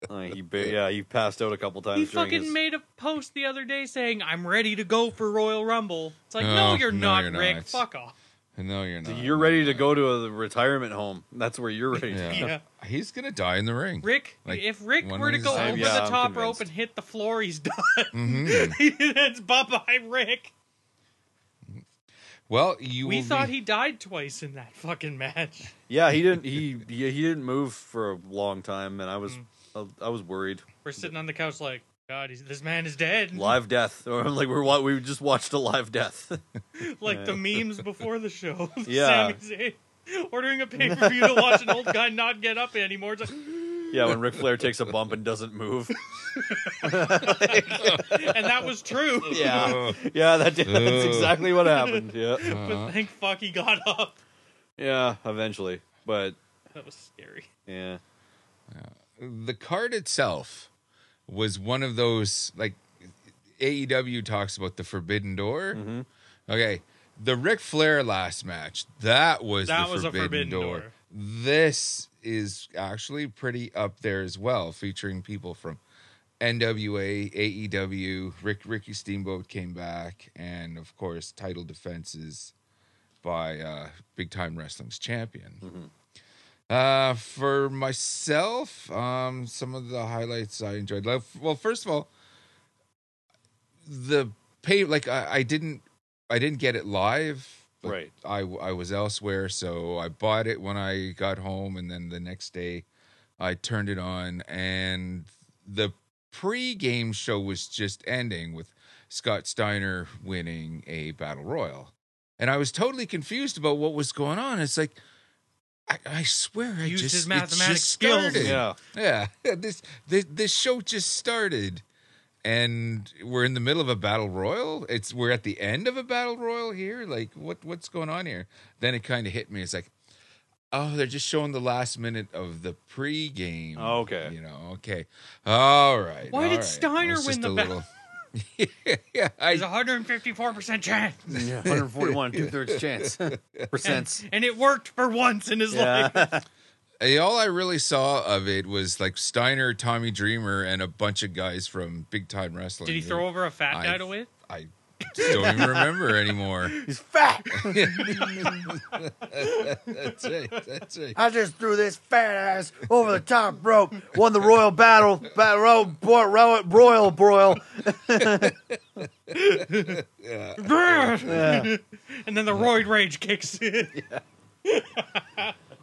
S4: Uh, he ba- yeah he passed out a couple times.
S5: He
S4: during
S5: fucking
S4: his-
S5: made a post the other day saying, I'm ready to go for Royal Rumble. It's like,
S3: Oh,
S5: no, you're
S3: no,
S5: not,
S3: you're
S5: Rick.
S3: not.
S5: Fuck off.
S3: No, you're not.
S4: You're ready to go to a retirement home. That's where you're ready.
S3: Yeah.
S4: to
S5: Yeah.
S3: He's gonna die in the ring.
S5: Rick,
S3: Like,
S5: if Rick
S3: one
S5: were to
S3: of
S5: go
S3: these-
S5: over
S3: I'm-
S4: yeah,
S5: the
S4: I'm
S5: top rope
S4: convinced.
S5: and hit the floor, he's done.
S3: Mhm.
S5: That's bye bye, Rick.
S3: Well, you.
S5: We
S3: will
S5: thought
S3: be-
S5: he died twice in that fucking match.
S4: Yeah, he didn't. He he, he didn't move for a long time, and I was
S5: Mm.
S4: uh, I, I was worried.
S5: We're sitting on the couch like, God, he's, this man is dead.
S4: Live death, or like we're wa- we just watched a live death.
S5: like the memes before the show.
S4: Yeah.
S5: Sami Zayn ordering a pay per view to watch an old guy not get up anymore. It's like,
S4: yeah, when Ric Flair takes a bump and doesn't move.
S5: and that was true.
S4: Yeah, yeah, that did, that's
S3: Ugh.
S4: exactly what happened. Yeah,
S5: But thank fuck he got up.
S4: yeah, eventually, but
S5: That was scary.
S4: yeah,
S3: the card itself was one of those like AEW talks about the Forbidden Door.
S5: Mm-hmm.
S3: Okay, the Ric Flair last match that was
S5: That
S3: the
S5: was a
S3: Forbidden,
S5: Forbidden
S3: door.
S5: Door.
S3: This is actually pretty up there as well, featuring people from NWA, AEW. E Rick Ricky Steamboat came back, and of course, title defenses by uh, Big Time Wrestling's champion. Uh, for myself, um, some of the highlights I enjoyed. Like, Well, first of all, the pay like I, I didn't, I didn't get it live. but
S4: Right.
S3: I I was elsewhere, so I bought it when I got home, and then the next day, I turned it on, and the pre-game show was just ending with Scott Steiner winning a battle royal, and I was totally confused about what was going on. It's like. I, I swear I
S5: Used
S3: just
S5: his
S3: it
S5: mathematic
S3: just
S5: skills.
S3: started.
S4: Yeah.
S3: Yeah. This this this show just started and we're in the middle of a battle royal. It's we're at the end of a battle royal here. Like what what's going on here? Then it kind of hit me. It's like Oh, they're just showing the last minute of the pregame.
S4: Oh, okay.
S3: You know, okay. All right.
S5: Why
S3: all
S5: did
S3: right.
S5: Steiner
S3: It's just
S5: win the
S3: a
S5: battle?
S3: little- yeah, I
S5: There's a 154% chance.
S4: 141 two thirds chance percents.
S5: And it worked for once in his
S4: Yeah.
S5: life.
S3: Hey, eh, All I really saw of it was like Steiner, Tommy Dreamer, and a bunch of guys from Big Time Wrestling.
S5: Did he throw over a fat
S3: I-
S5: guy to win?
S3: I just don't even remember anymore.
S4: He's fat.
S3: That's right. That's right.
S4: I just threw this fat ass over the top rope. Won the royal battle. Battle royal broil royal broil.
S5: And then the roid rage kicks in.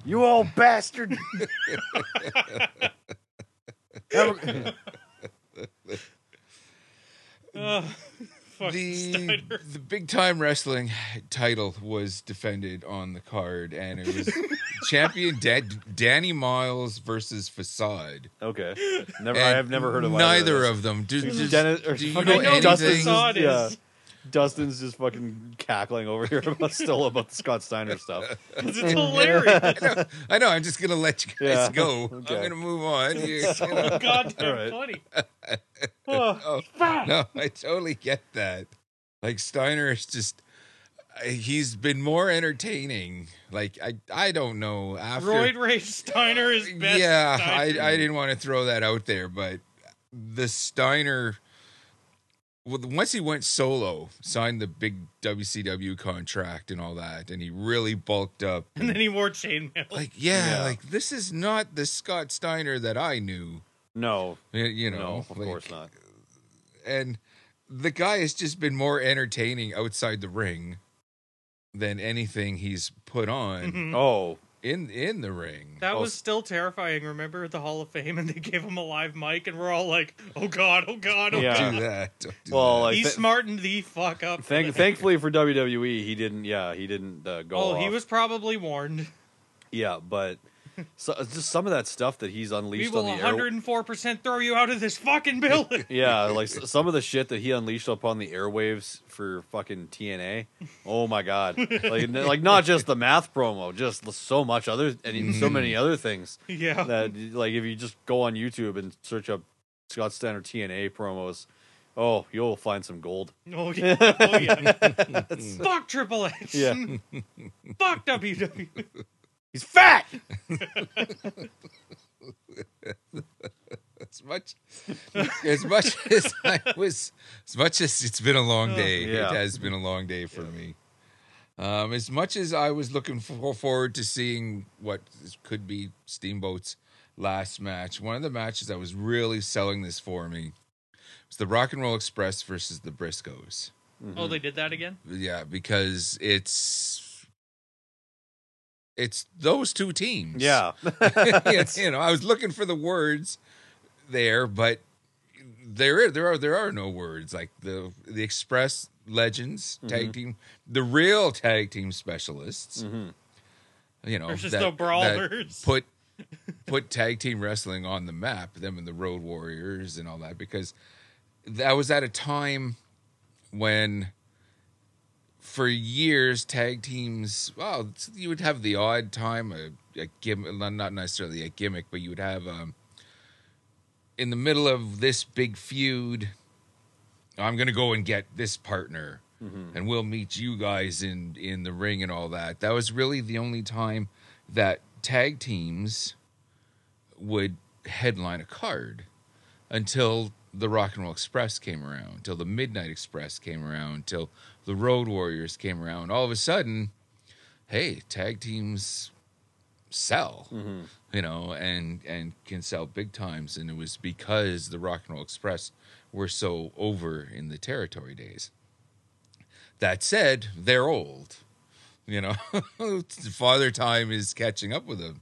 S4: You old bastard.
S5: Ugh, fucking Rosensteiner.
S3: the the big time wrestling title was defended on the card, and it was champion Da- Danny Miles versus Facade.
S4: Okay, never. I
S3: And
S4: have never heard of
S3: neither
S4: either
S3: of them. Do, do-
S4: Dennis, or
S3: do you
S4: fucking
S3: know
S5: I know what
S3: anything?
S5: Facade is.
S4: Yeah. Dustin's just fucking cackling over here about still about the Scott Steiner stuff.
S5: It's hilarious.
S3: I know. I'm just gonna let you guys
S4: Yeah.
S3: go.
S4: Okay.
S3: I'm gonna move on. You- you know.
S5: Oh, Goddamn
S4: All right.
S5: funny.
S3: Oh,
S5: Oh,
S3: no, I totally get that. Like Steiner is just. uh, He's been more entertaining. Like I, I don't know. After
S5: Royd Ray Steiner is best.
S3: yeah,
S5: Steiner.
S3: I, I didn't want to throw that out there, but the Steiner, well, once he went solo, signed the big WCW contract and all that, and he really bulked up.
S5: and then he wore chainmail.
S3: Like, yeah,
S4: Yeah.
S3: like this is not the Scott Steiner that I knew.
S4: No,
S3: y- You know,
S4: no, of
S3: like,
S4: course not.
S3: And the guy has just been more entertaining outside the ring than anything he's put on
S5: Mhm.
S4: Oh,
S3: in in the ring.
S5: That
S4: Oh,
S5: was
S4: s-
S5: still terrifying. Remember at the Hall of Fame, and they gave him a live mic, and we're all like, "Oh God, oh God, oh
S4: Yeah.
S5: God!"
S3: do that. Don't do
S4: Well,
S3: that.
S4: like,
S5: He
S4: th-
S5: smartened the fuck up. for
S4: thank,
S5: that.
S4: thankfully for WWE, he didn't. Yeah, he didn't uh, go.
S5: Oh, he
S4: off.
S5: was probably warned.
S4: Yeah, but so, it's just some of that stuff that he's
S5: We
S4: unleashed
S5: will
S4: on the air.
S5: 104 percent throw you out of this fucking building.
S4: Yeah, like s- some of the shit that he unleashed upon the airwaves for fucking TNA. Oh my god! Like, n- like not just the math promo, just l- so much other and he- so many other things
S5: yeah,
S4: that like if you just go on YouTube and search up Scott Steiner TNA promos, oh you'll find some gold.
S5: Oh yeah. Oh yeah. Fuck Triple H.
S4: Yeah.
S5: Fuck E. WWE.
S4: He's fat.
S3: as much as much as I was as much as it's been a long day.
S4: Oh, Yeah.
S3: It has been a long day for me. Um, as much as I was looking for, forward to seeing what could be Steamboat's last match, one of the matches that was really selling this for me was the Rock and Roll Express versus the Briscoes.
S5: Oh, they did that again.
S3: Yeah, because it's it's those two teams.
S4: Yeah,
S3: you know, I was looking for the words there, but there there are there are no words like the the Express Legends
S5: Mm-hmm.
S3: tag team, the real tag team specialists. You know,
S5: Mm-hmm. There's just
S3: that-
S5: no
S3: that
S5: brawlers.
S3: put put tag team wrestling on the map. Them and the Road Warriors and all that because that was at a time when for years tag teams well you would have the odd time a, a gimmick not necessarily a gimmick but you would have um in the middle of this big feud i'm gonna go and get this partner and we'll meet you guys in in the ring and all that that was really the only time that tag teams would headline a card until the Rock and Roll Express came around, until the Midnight Express came around, till the Road Warriors came around. All of a sudden, hey, tag teams sell, you know, and and can sell big times. And it was because the Rock and Roll Express were so over in the territory days. That said, they're old. You know, Father Time is catching up with them.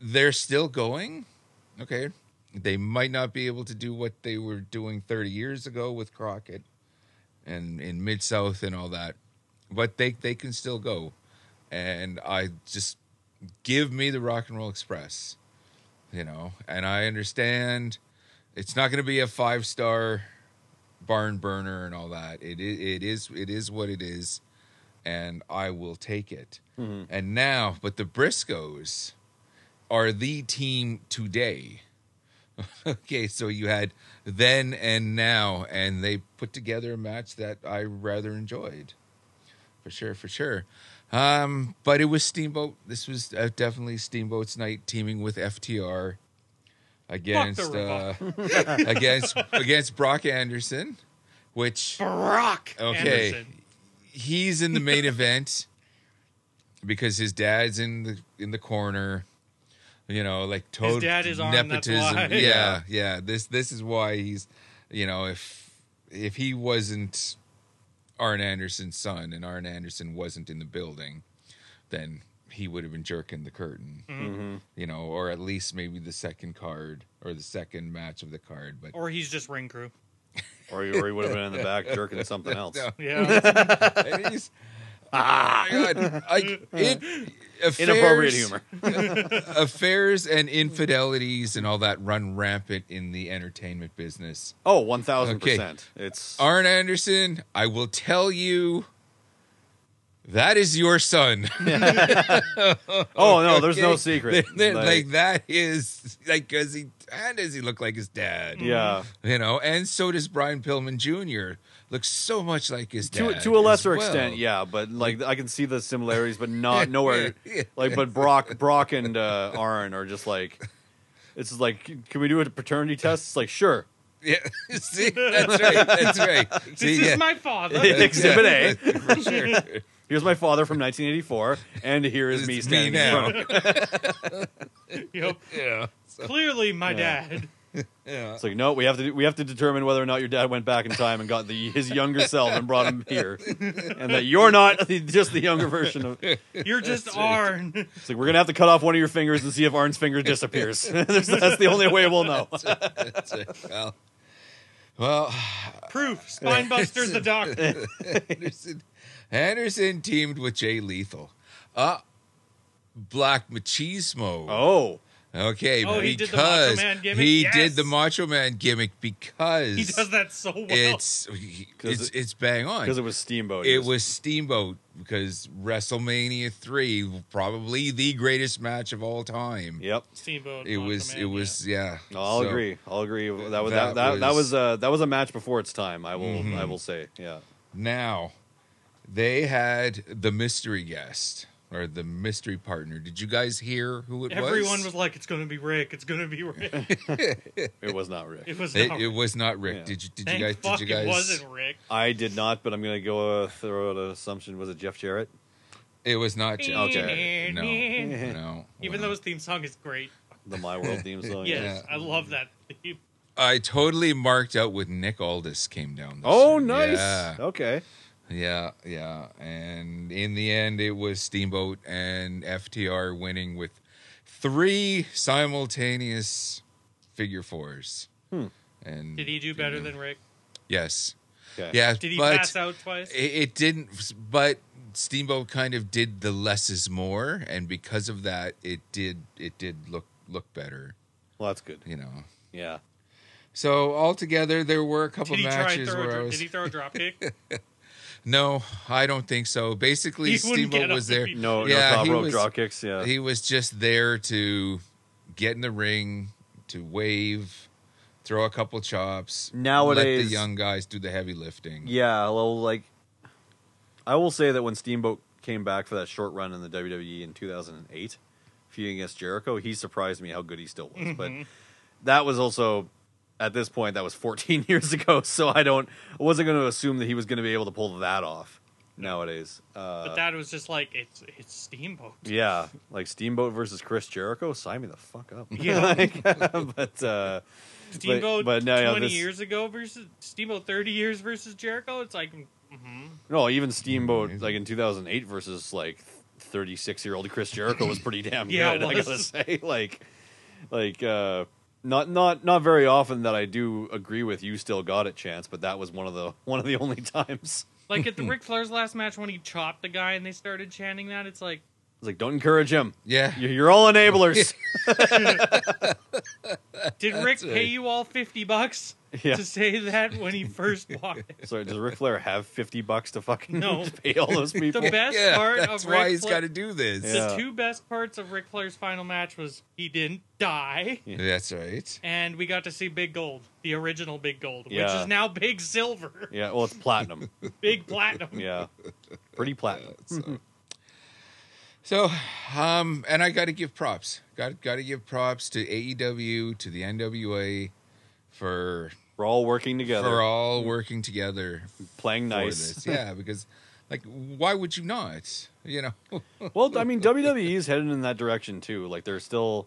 S3: They're still going. Okay. They might not be able to do what they were doing 30 years ago with Crockett and in Mid South and all that, but they, they can still go. And I just give me the Rock and Roll Express, you know, and I understand it's not going to be a five star barn burner and all that. It, i- it is it is what it is, and I will take it. And now, but the Briscoes are the team today. okay, so you had then and now, and they put together a match that I rather enjoyed, for sure, for sure. Um, but it was Steamboat. This was uh, definitely Steamboat's night, teaming with FTR against uh, against against Brock Anderson, which
S5: Brock
S3: Okay.
S5: Anderson.
S3: he's in the main event because his dad's in the in the corner. You know, like total
S5: dad is on, that's
S3: nepotism.
S5: why.
S3: Yeah, yeah. This this is why he's you know, if if he wasn't Arn Anderson's son and Arn Anderson wasn't in the building, then he would have been jerking the curtain.
S4: Mm-hmm.
S3: You know, or at least maybe the second card or the second match of the card. But
S5: Or he's just ring crew.
S4: or, he- or he would have been in the back jerking something else.
S3: No.
S5: Yeah.
S3: It is. Ah, God. I, it, affairs,
S4: Inappropriate humor.
S3: Affairs and infidelities and all that run rampant in the entertainment business.
S4: Oh, one thousand percent. It's
S3: Arn Anderson, I will tell you that is your son.
S4: oh no, there's no
S3: Okay?
S4: secret.
S3: They're- like,
S4: Like,
S3: that is like because he and does he look like his dad?
S4: yeah,
S3: you know, and so does Brian Pillman Jr. Looks so much like his
S4: to
S3: dad
S4: to a
S3: as
S4: lesser
S3: well.
S4: extent, yeah. But like I can see the similarities, but not nowhere.
S3: Yeah.
S4: Like, but Brock, Brock and uh, Arn are just like. It's just like, can we do a paternity test? It's like, sure.
S3: Yeah, see, that's right, that's right. See,
S5: this
S3: yeah.
S5: is my father.
S4: Yeah. Exhibit A.
S3: Yeah, for sure.
S4: Here's my father from 1984, and here is
S3: It's
S4: me
S3: me
S4: standing in
S3: now.
S4: front of you.
S5: Yep.
S3: yeah,
S5: Clearly, my
S4: Yeah.
S5: dad.
S3: yeah.
S4: It's like, no, we have to we have to determine whether or not your dad went back in time and got the his younger self and brought him here, and that you're not the, just the younger version of. It's
S5: You're just Arn.
S4: like we're gonna have to cut off one of your fingers and see if Arn's finger disappears. There's- That's the only way we'll know.
S3: That's it. Well, well,
S5: Proof. Spinebuster the doctor.
S3: Anderson, Anderson teamed with Jay Lethal. Uh Black Machismo.
S4: Oh,
S3: Okay,
S5: Oh,
S3: because
S5: he did the Macho Man gimmick?
S3: he
S5: Yes.
S3: did the Macho Man gimmick because
S5: He does that so well.
S3: it's it's
S4: it-
S3: it's bang on.
S4: because it was Steamboat.
S3: It was Steamboat because WrestleMania three, probably the greatest match of all time.
S4: Yep,
S5: Steamboat.
S3: It
S5: Macho
S3: was.
S5: Man,
S3: It
S5: yeah.
S3: was. Yeah.
S4: No, I'll
S3: So,
S4: agree. I'll agree. That was
S3: That
S4: that that, that
S3: was- Mm-hmm.
S4: was uh, that was a match before its time. I will I will say. Yeah.
S3: Now, they had the mystery guest or the mystery partner. Did you guys hear who it
S5: Everyone was
S3: was?
S5: like, "It's gonna be Rick. It's gonna be Rick."
S4: It was not Rick.
S5: It was.
S3: It,
S5: not
S3: it
S5: Rick.
S3: was not Rick.
S4: Yeah.
S3: Did you? Did
S5: Thank
S3: you guys?
S5: fuck
S3: Did you guys?
S5: it wasn't Rick.
S4: I did not, but I'm gonna go uh, throw out an assumption. Was it Jeff Jarrett?
S3: It was not. Jim.
S4: Okay.
S3: No.
S5: Even
S3: No.
S5: though his theme song is great.
S4: The My World theme
S3: Oh,
S4: song.
S5: Yes, I love that theme.
S3: I totally marked out with Nick Aldis came down. This
S4: Oh,
S3: year.
S4: nice.
S3: Yeah.
S4: Okay.
S3: Yeah, yeah. And in the end, it was Steamboat and FTR winning with three simultaneous figure fours.
S4: Hmm.
S3: And
S5: Did he do better than Rick?
S3: Yes.
S4: Okay.
S3: Yeah.
S5: Did he
S3: but
S5: pass out twice?
S3: It, it didn't. But Steamboat kind of did the less is more, and because of that, it did it did look look better.
S4: Well, that's good.
S3: You know.
S4: Yeah.
S3: So altogether, there were a couple
S5: Did he try
S3: matches
S5: throw? A,
S3: where I
S5: dro-
S3: was.
S5: did he throw a drop kick?
S3: No, I don't think so. Basically,
S5: He wouldn't
S3: Steamboat
S5: get up
S3: was
S5: if
S3: there.
S5: he-
S4: No,
S3: Yeah,
S4: no top
S3: he
S4: rope
S3: was-
S4: draw kicks. Yeah.
S3: he was just there to get in the ring, to wave, throw a couple chops. let
S4: Nowadays-
S3: the young guys do the heavy lifting.
S4: yeah. Well, like, I will say that when Steamboat came back for that short run in the WWE in 2008, feuding against Jericho, he surprised me how good he still was. But that was also. At this point, that was 14 years ago, so I don't. I wasn't going to assume that he was going to be able to pull that off nowadays. Uh,
S5: but that was just like it's it's Steamboat.
S4: Yeah, like Steamboat versus Chris Jericho. Sign me the fuck up.
S5: Yeah.
S4: Like, but uh,
S5: Steamboat
S4: but no, yeah,
S5: twenty
S4: this-
S5: years ago versus Steamboat thirty years versus Jericho. It's like
S4: no, even Steamboat like in 2008 versus like 36 year old Chris Jericho was pretty damn
S5: Yeah, it
S4: good. I gotta
S5: was.
S4: say, like, like uh, not not not very often that I do agree with you. Still got it, chance, but that was one of the one of the only times.
S5: like at the Ric Flair's last match when he chopped the guy and they started chanting that. It's like
S4: It's like don't encourage him.
S3: Yeah.
S4: You're, you're all enablers.
S5: Did Rick pay
S3: right.
S5: you all fifty bucks
S4: Yeah.
S5: to say that when he first walked? in?
S4: Sorry, does Ric Flair have 50 bucks to fucking
S5: No.
S4: pay all those people?
S5: The best
S3: Yeah,
S5: part
S3: that's
S5: of
S3: why
S5: Ric
S3: he's
S5: Flair-
S3: got to do this.
S4: Yeah.
S5: The two best parts of Ric Flair's final match was he didn't die,
S3: That's right.
S5: and we got to see Big Gold, the original Big Gold, which
S4: Yeah.
S5: is now Big Silver,
S4: Yeah, well, it's platinum.
S5: Big Platinum.
S4: Yeah, pretty platinum.
S3: So, so um, and I got to give props. Got got to give props to AEW to the NWA for
S4: We're all working together,
S3: for all working together
S4: playing
S3: for
S4: nice.
S3: this. Yeah, because like, why would you not? You know.
S4: well, I mean, WWE is headed in that direction too. Like they're still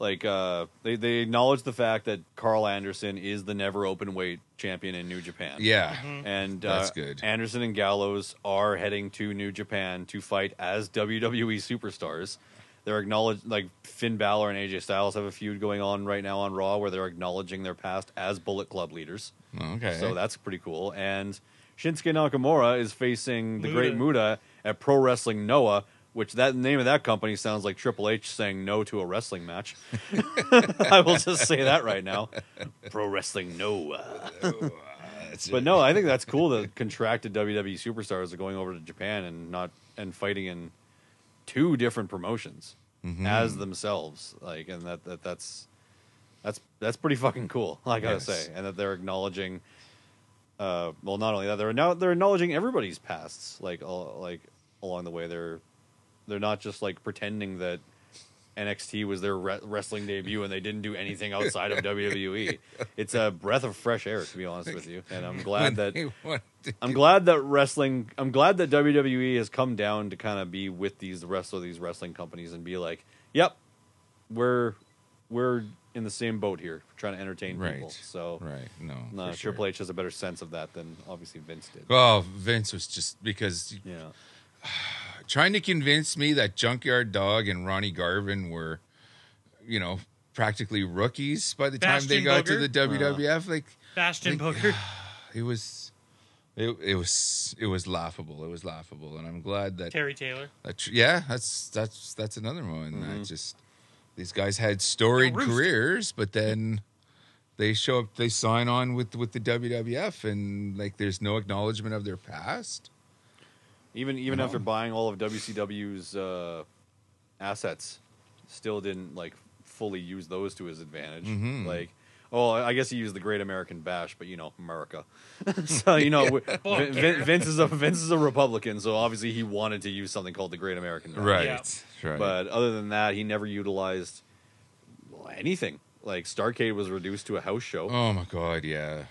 S4: like uh they they acknowledge the fact that Carl Anderson is the never open weight champion in New Japan.
S3: yeah.
S4: And uh,
S3: That's good.
S4: Anderson and Gallows are heading to New Japan to fight as WWE superstars. They're acknowledged like Finn Balor and AJ Styles have a feud going on right now on Raw where they're acknowledging their past as Bullet Club leaders.
S3: Okay.
S4: So that's pretty cool. And Shinsuke Nakamura is facing the Great Muda at Pro Wrestling Noah, which that name of that company sounds like Triple H saying no to a wrestling match. I will just say that right now. Pro Wrestling Noah.
S3: That's
S4: But
S3: it.
S4: no, I think that's cool that contracted WWE superstars are going over to Japan and not and fighting in two different promotions
S3: Mm-hmm.
S4: as themselves. Like and that, that that's that's that's pretty fucking cool, I gotta
S3: Yes.
S4: say. And that they're acknowledging uh well not only that, they're now they're acknowledging everybody's pasts like all, like along the way. They're they're not just like pretending that NXT was their re- wrestling debut and they didn't do anything outside of WWE. It's a breath of fresh air, to be honest with you. And I'm glad that
S3: They want to-
S4: I'm glad that wrestling. I'm glad that WWE has come down to kind of be with these the rest of these wrestling companies and be like, "Yep, we're we're in the same boat here, trying to entertain people."
S3: Right.
S4: So,
S3: right. No.
S4: no,
S3: for sure.
S4: Triple H has a better sense of that than obviously Vince did.
S3: Well, Vince was just because
S4: yeah,
S3: trying to convince me that Junkyard Dog and Ronnie Garvin were, you know, practically rookies by the time they
S5: Bastion
S3: got to
S5: Booger?
S3: the WWF. Like
S5: Bastion
S3: Like,
S5: Booker.
S3: it was, it, it was, it was laughable. It was laughable, and I'm glad that
S5: Terry Taylor.
S3: That tr- yeah, that's that's that's another one. I just these guys had storied
S5: The Rooster.
S3: careers, but then they show up, they sign on with with the WWF, and like there's no acknowledgement of their past.
S4: even even after buying all of WCW's uh, assets, still didn't like fully use those to his advantage.
S3: Mm-hmm.
S4: Like. Oh, I guess he used the Great American Bash, but you know America. so you know Vin-
S5: Fuck
S4: Vin- Vince is a Vince is a Republican, so obviously he wanted to use something called the Great American Bash.
S3: right.
S4: But other than that, he never utilized well, anything. Like Starcade was reduced to a house show.
S3: oh my god, yeah,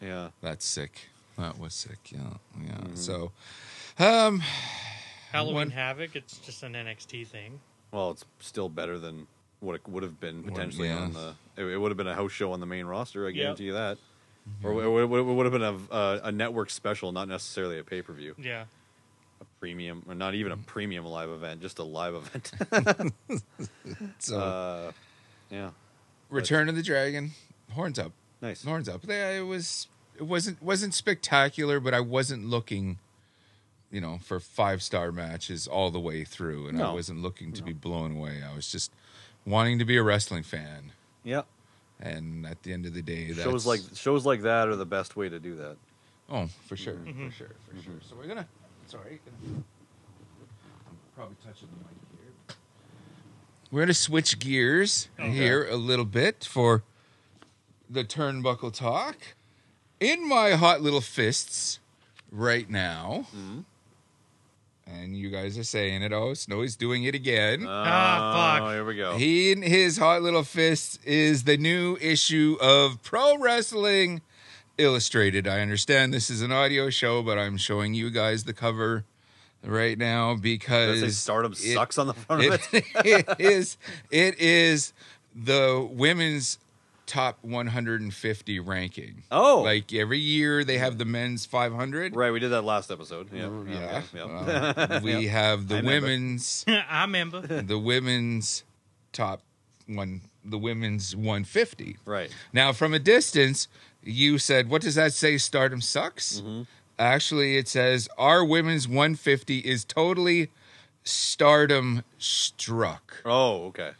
S4: Yeah,
S3: that's sick. That was sick. Yeah, yeah. So um,
S5: Halloween
S3: One-
S5: Havoc. It's just an NXT thing.
S4: Well, it's still better than what it would have been potentially
S3: yeah.
S4: on the. It, it would have been a house show on the main roster. I
S5: Yeah.
S4: guarantee you that. Or it would, it would have been a, a, a network special, not necessarily a pay per view,
S5: Yeah.
S4: a premium, or not even a premium live event, just a live event.
S3: so
S4: uh, yeah,
S3: Return of the Dragon, horns up,
S4: nice.
S3: horns up. Yeah, it was it wasn't wasn't spectacular, but I wasn't looking, you know, for five star matches all the way through, and I
S4: No.
S3: wasn't looking to be blown away. I was just wanting to be a wrestling fan,
S4: Yeah,
S3: and at the end of the day, that's,
S4: shows like shows like that are the best way to do that.
S3: oh for sure, for sure, for sure. So we're gonna sorry, gonna- I'm probably touching the mic here. We're gonna switch gears here a little bit for the turnbuckle talk. In my hot little fists right now, and you guys are saying it. Oh, Snowy's doing it again.
S5: Ah,
S4: Oh,
S5: fuck.
S4: here we go.
S3: He in his hot little fists is the new issue of Pro Wrestling Illustrated. I understand this is an audio show, but I'm showing you guys the cover right now
S4: Does
S3: because
S4: it say Stardom
S3: it-
S4: sucks on the front of it?
S3: it, it is it is the women's top 150 ranking.
S4: Oh,
S3: Like every year they have the men's 500.
S4: right. We did that last episode. Yeah,
S3: Yeah.
S4: yeah.
S3: Uh, we have
S4: I
S3: the
S4: remember.
S3: women's
S5: I remember.
S3: the women's top one the women's 150
S4: right.
S3: now from a distance you said what does that say stardom sucks
S4: Mm-hmm.
S3: actually it says our women's 150 is totally stardom struck
S4: Oh, okay.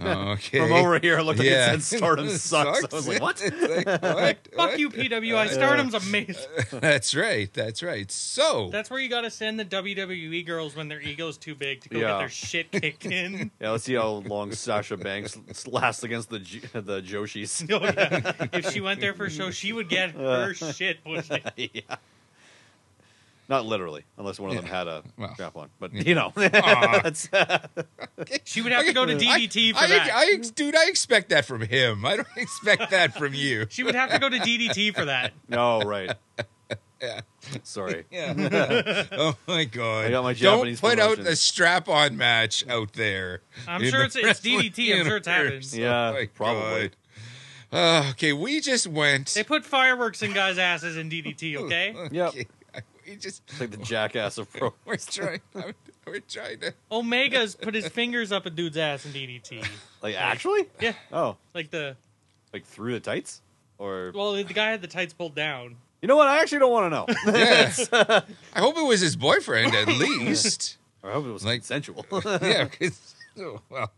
S3: okay
S4: From over here looking
S3: Yeah.
S4: at it said Stardom sucks. I was like, what?
S3: It's like, what?
S5: Fuck you,
S3: Uh,
S5: PWI. Stardom's amazing.
S3: that's right that's right so
S5: That's where you got to send the WWE girls when their ego's too big to go
S4: Yeah.
S5: get their shit kicked in.
S4: Yeah, let's see how long Sasha Banks lasts against the J- the Joshis.
S5: Oh, yeah. If she went there for a show, she would get her
S3: Uh.
S5: shit pushed in.
S4: yeah. Not literally, unless one of them
S3: Yeah.
S4: had a
S3: Well, Oh.
S4: strap on. But you know,
S3: Aw.
S4: that's, I
S5: She would have to go to DDT for
S3: I,
S5: that.
S3: I, I, dude, I expect that from him. I don't expect that from you.
S5: she would have to go to DDT for that.
S4: no right. Sorry.
S3: Yeah. oh my god.
S4: I got my Japanese
S3: Don't put out
S4: promotions.
S3: the strap-on match out there.
S5: I'm
S3: in
S5: sure
S3: the
S5: it's, it's DDT. I'm sure it's happened.
S3: universe.
S4: Yeah,
S3: Oh my
S4: probably.
S3: God. Uh, okay, we just went.
S5: They put fireworks in guys' asses in DDT, okay?
S4: Yep.
S3: Okay, we just
S4: It's like the jackass of pro.
S3: we're trying. we're trying to.
S5: Omega's put his fingers up a dude's ass in DDT.
S4: Like actually?
S5: Yeah,
S4: Oh,
S5: like the
S4: like through the tights? Or
S5: Well, the guy had the tights pulled down.
S4: you know what? I actually don't want to know.
S3: Yeah. I hope it was his boyfriend at least.
S4: I hope it was
S3: Like-
S4: consensual.
S3: yeah, because well,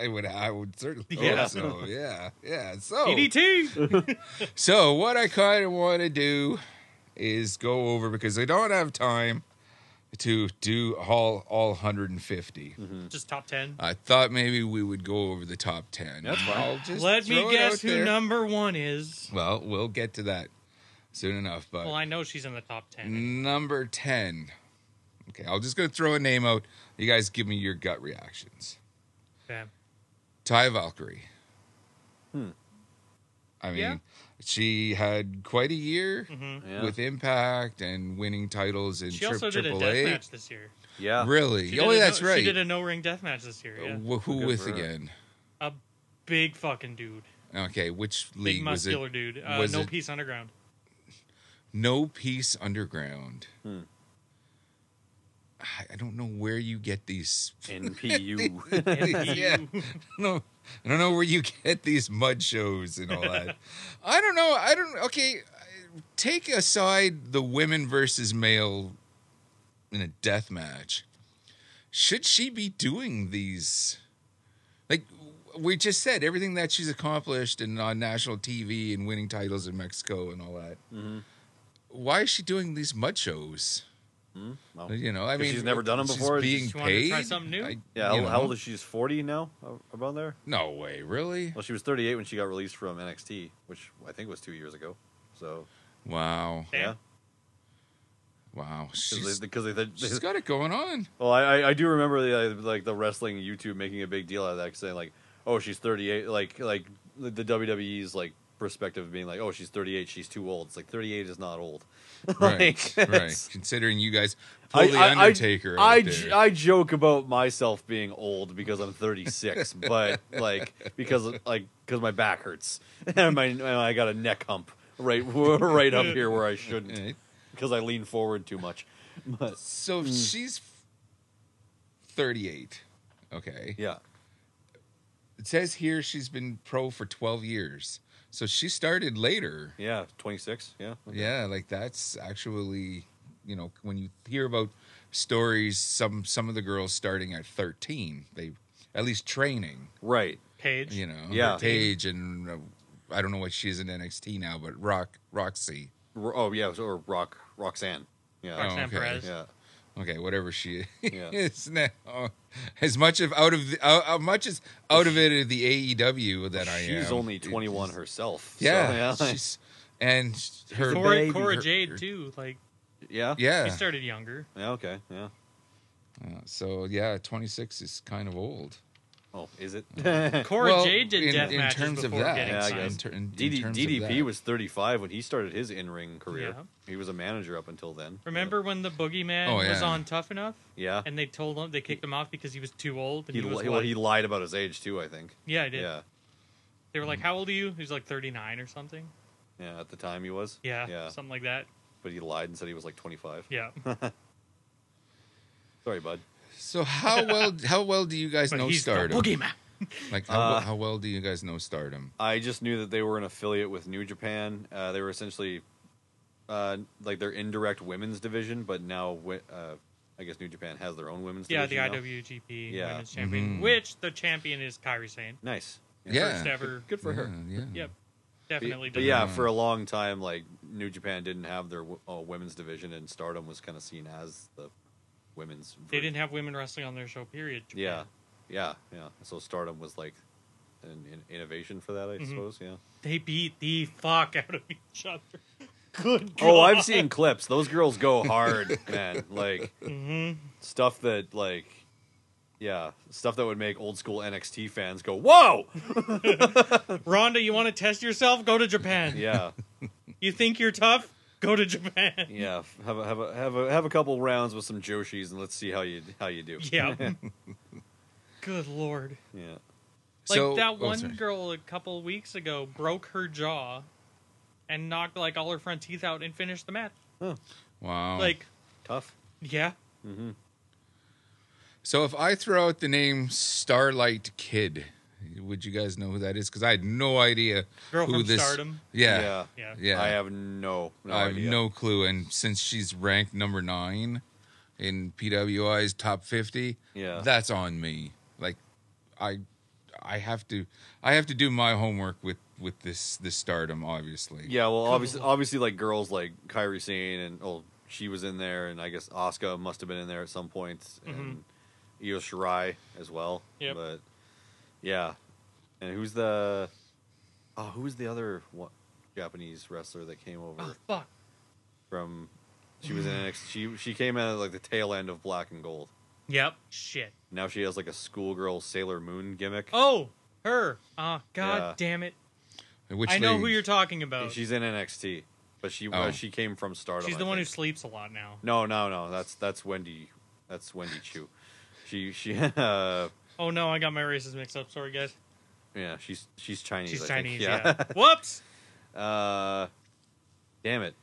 S3: I would, I would certainly.
S5: Yeah.
S3: Hope so yeah, yeah. So
S5: DDT.
S3: So what I kind of want to do is go over because I don't have time to do all all 150.
S5: Just top ten.
S3: I thought maybe we would go over the top 10.
S4: That's fine.
S3: I'll just
S5: Let me
S3: throw it out
S5: guess who
S3: there.
S5: number one is.
S3: Well, we'll get to that soon enough, but
S5: Well, I know she's in the top
S3: Mm.
S5: ten.
S3: number 10. Okay, I'm just going to throw a name out. You guys give me your gut reactions.
S5: Okay.
S3: Ty Valkyrie.
S4: Hmm.
S3: I mean,
S5: Yeah.
S3: she had quite a year
S5: hmm
S4: yeah.
S3: with Impact and winning titles in
S5: She
S3: tri-
S5: also did a
S3: Triple
S5: death
S3: A.
S5: match this year.
S4: yeah.
S3: Really?
S5: She
S3: Oh,
S5: did a
S3: that's
S5: no-
S3: right. Oh.
S5: She did a no ring death match this year. Yeah.
S3: Wh- who
S4: Good
S3: with
S4: for her.
S3: again?
S5: A big fucking dude.
S3: Okay, which
S5: Big
S3: league was it?
S5: muscular dude. Uh,
S3: was
S5: no
S3: it-
S5: peace underground.
S3: No Peace Underground.
S4: Hmm.
S3: I I don't know where you get these.
S4: NPU.
S3: yeah, I don't, know, I don't know where you get these mud shows and all that. I don't know. I don't. Okay, I- take aside the women versus male in a death match. Should she be doing these? Like we just said, everything that she's accomplished and on national TV and winning titles in Mexico and all that.
S4: Mhm.
S3: Why is she doing these mud shows?
S4: Hmm, Well,
S3: You know, I
S4: 'Cause
S3: mean,
S4: she's never done 'em
S3: she's
S4: before, is
S3: Being
S5: she wanted
S3: paid,
S5: to try something new?
S3: I-
S4: yeah. How,
S3: you
S4: how
S3: know.
S4: old is she? She's forty now, Ar- around there.
S3: No way, really?
S4: Well, she was thirty-eight when she got released from NXT, which I think was two years ago. So
S3: Wow,
S5: Damn.
S4: yeah,
S3: wow.
S4: because
S3: She's,
S4: they, 'cause they, they,
S3: she's got it going on.
S4: Well, I, I, I do remember the, uh, like the wrestling YouTube making a big deal out of that, 'cause saying like, "Oh, she's 38." Like, like the the WWE's like perspective being like, "Oh, she's 38. She's too old." It's like 38 is not old.
S3: Right,
S4: Like,
S3: right. Considering you guys pull the Undertaker
S4: I,
S3: out
S4: I, j-
S3: there.
S4: I joke about myself being old because I'm 36, but like because like because my back hurts and my and I got a neck hump right right up here where I shouldn't
S3: Right.
S4: because I lean forward too much. But
S3: So if she's thirty-eight. Okay,
S4: yeah,
S3: it says here she's been pro for twelve years. So she started later.
S4: yeah, 26. Yeah,
S3: Yeah, like that's actually, you know, when you hear about stories, some some of the girls starting at thirteen, they at least training.
S4: right.
S5: Paige.
S3: you know,
S4: Yeah.
S3: Page and uh, I don't know what she is in NXT now, but Rock Roxy,
S4: Ro- Oh yeah, or Rock Roxanne. Yeah,
S3: Oh.
S5: Roxanne
S3: okay.
S5: Perez.
S4: yeah,
S3: okay, whatever she
S4: Yeah.
S3: is now. As much of out of the, uh, uh, much as out of it of the AEW that I am.
S4: she's only
S3: it
S4: 21
S3: is-
S4: herself. so,
S3: Yeah,
S4: yeah,
S3: she's and her
S5: Cora,
S3: baby-
S5: Cora
S3: her-
S5: Jade
S3: her-
S5: too. Like
S4: yeah,
S5: she
S3: Yeah.
S5: started younger.
S4: Yeah, Okay, yeah.
S3: Uh, so yeah, 26 is kind of old.
S4: Oh, is it?
S5: Cora
S3: Well,
S5: Jade did
S3: in-
S5: death
S3: in
S5: matches
S3: terms of
S5: before
S3: that.
S5: getting
S4: Yeah, I
S5: signed.
S4: guess.
S3: In ter- in- in
S4: DD,
S3: terms of
S4: DDP
S3: that.
S4: was 35 when he started his in-ring career.
S5: Yeah.
S4: He was a manager up until then.
S5: Remember when the boogeyman
S3: Oh,
S5: was
S3: yeah.
S5: on Tough Enough,
S4: Yeah.
S5: and they told him they kicked him off because he was too old, and
S4: he
S5: he,
S4: li-
S5: was
S4: well,
S5: what?
S4: he lied about his age too, I think.
S5: yeah, I did.
S4: Yeah.
S5: They were like,
S3: Mm-hmm.
S5: "How old are you?" He was like 39 or something.
S4: Yeah, at the time he was.
S5: Yeah,
S4: Yeah.
S5: something like that.
S4: But he lied and said he was like 25.
S5: Yeah,
S4: Sorry, bud.
S3: So how well how well do you guys
S5: but
S3: know
S5: he's the
S3: Stardom?
S5: boogeyman.
S3: Like how,
S4: Uh,
S3: how well do you guys know Stardom?
S4: I just knew that they were an affiliate with New Japan. Uh, they were essentially uh, like their indirect women's division, but now wi- uh, I guess New Japan has their own women's
S5: Yeah, the
S4: division. now.
S5: IWGP
S4: Yeah.
S5: Women's Champion,
S3: Mhm.
S5: which the champion is Kyrie Sane.
S4: Nice.
S3: Yeah.
S5: First ever.
S4: Good for
S3: yeah,
S4: her.
S3: Yeah.
S5: Yep, definitely.
S4: But
S5: done.
S4: yeah, for a long time, like New Japan didn't have their w- uh, women's division, and Stardom was kind of seen as the women's.
S5: they
S4: version.
S5: didn't have women wrestling on their show. Period. Japan.
S4: Yeah, yeah, yeah. So Stardom was like an, an innovation for that, I
S5: Mhm.
S4: suppose. Yeah.
S5: they beat the fuck out of each other. Good.
S4: Oh, I've seen clips. Those girls go hard, man. Like
S5: Mm-hmm.
S4: stuff that like. Yeah, stuff that would make old school NXT fans go, "Whoa!"
S5: Rhonda, you want to test yourself? Go to Japan.
S4: Yeah,
S5: You think you're tough? Go to Japan.
S4: yeah. Have a have a have a have a couple rounds with some Joshis, and let's see how you how you do.
S5: Yeah. Good lord.
S4: yeah.
S5: Like
S3: So- oh,
S5: that one
S3: sorry.
S5: girl a couple weeks ago broke her jaw and knocked like all her front teeth out and finished the match.
S3: Wow.
S5: Like,
S4: Tough.
S5: yeah.
S3: So if I throw out the name Starlight Kid, Would you guys know who that is? Because I had no idea
S5: Girl
S3: who
S5: from
S3: this.
S5: Stardom.
S3: Yeah,
S5: Yeah.
S3: yeah.
S4: I have no, no
S3: I have
S4: idea.
S3: no clue. And since she's ranked number nine in PWI's top fifty,
S4: Yeah.
S3: that's on me. Like, I, I have to, I have to do my homework with with this this stardom. Obviously,
S4: Yeah, well, obviously, obviously, like girls like Kyrie Sane and oh, she was in there, and I guess Asuka must have been in there at some point, and Io Shirai as well.
S5: Mm-hmm. Yep.
S4: But yeah, and who's the? Oh, who's the other one, Japanese wrestler that came over
S5: Oh fuck.
S4: from? She was in NXT. She she came in at like the tail end of Black and Gold.
S5: Yep. Shit.
S4: Now she has like a schoolgirl Sailor Moon gimmick.
S5: Oh, her. Ah, god damn it.
S3: Which
S5: I know
S3: lady?
S5: who you're talking about. She's,
S4: She's in NXT, but she
S3: Oh.
S4: uh, she came from Stardom. I
S5: the one who
S4: think.
S5: sleeps a lot now.
S4: No, no, no. That's that's Wendy. That's Wendy Chu. She she uh,
S5: Oh no, I got my races mixed up. Sorry guys.
S4: yeah. She's she's Chinese.
S5: She's
S4: I think.
S5: Chinese. Yeah. Whoops.
S4: uh, damn it.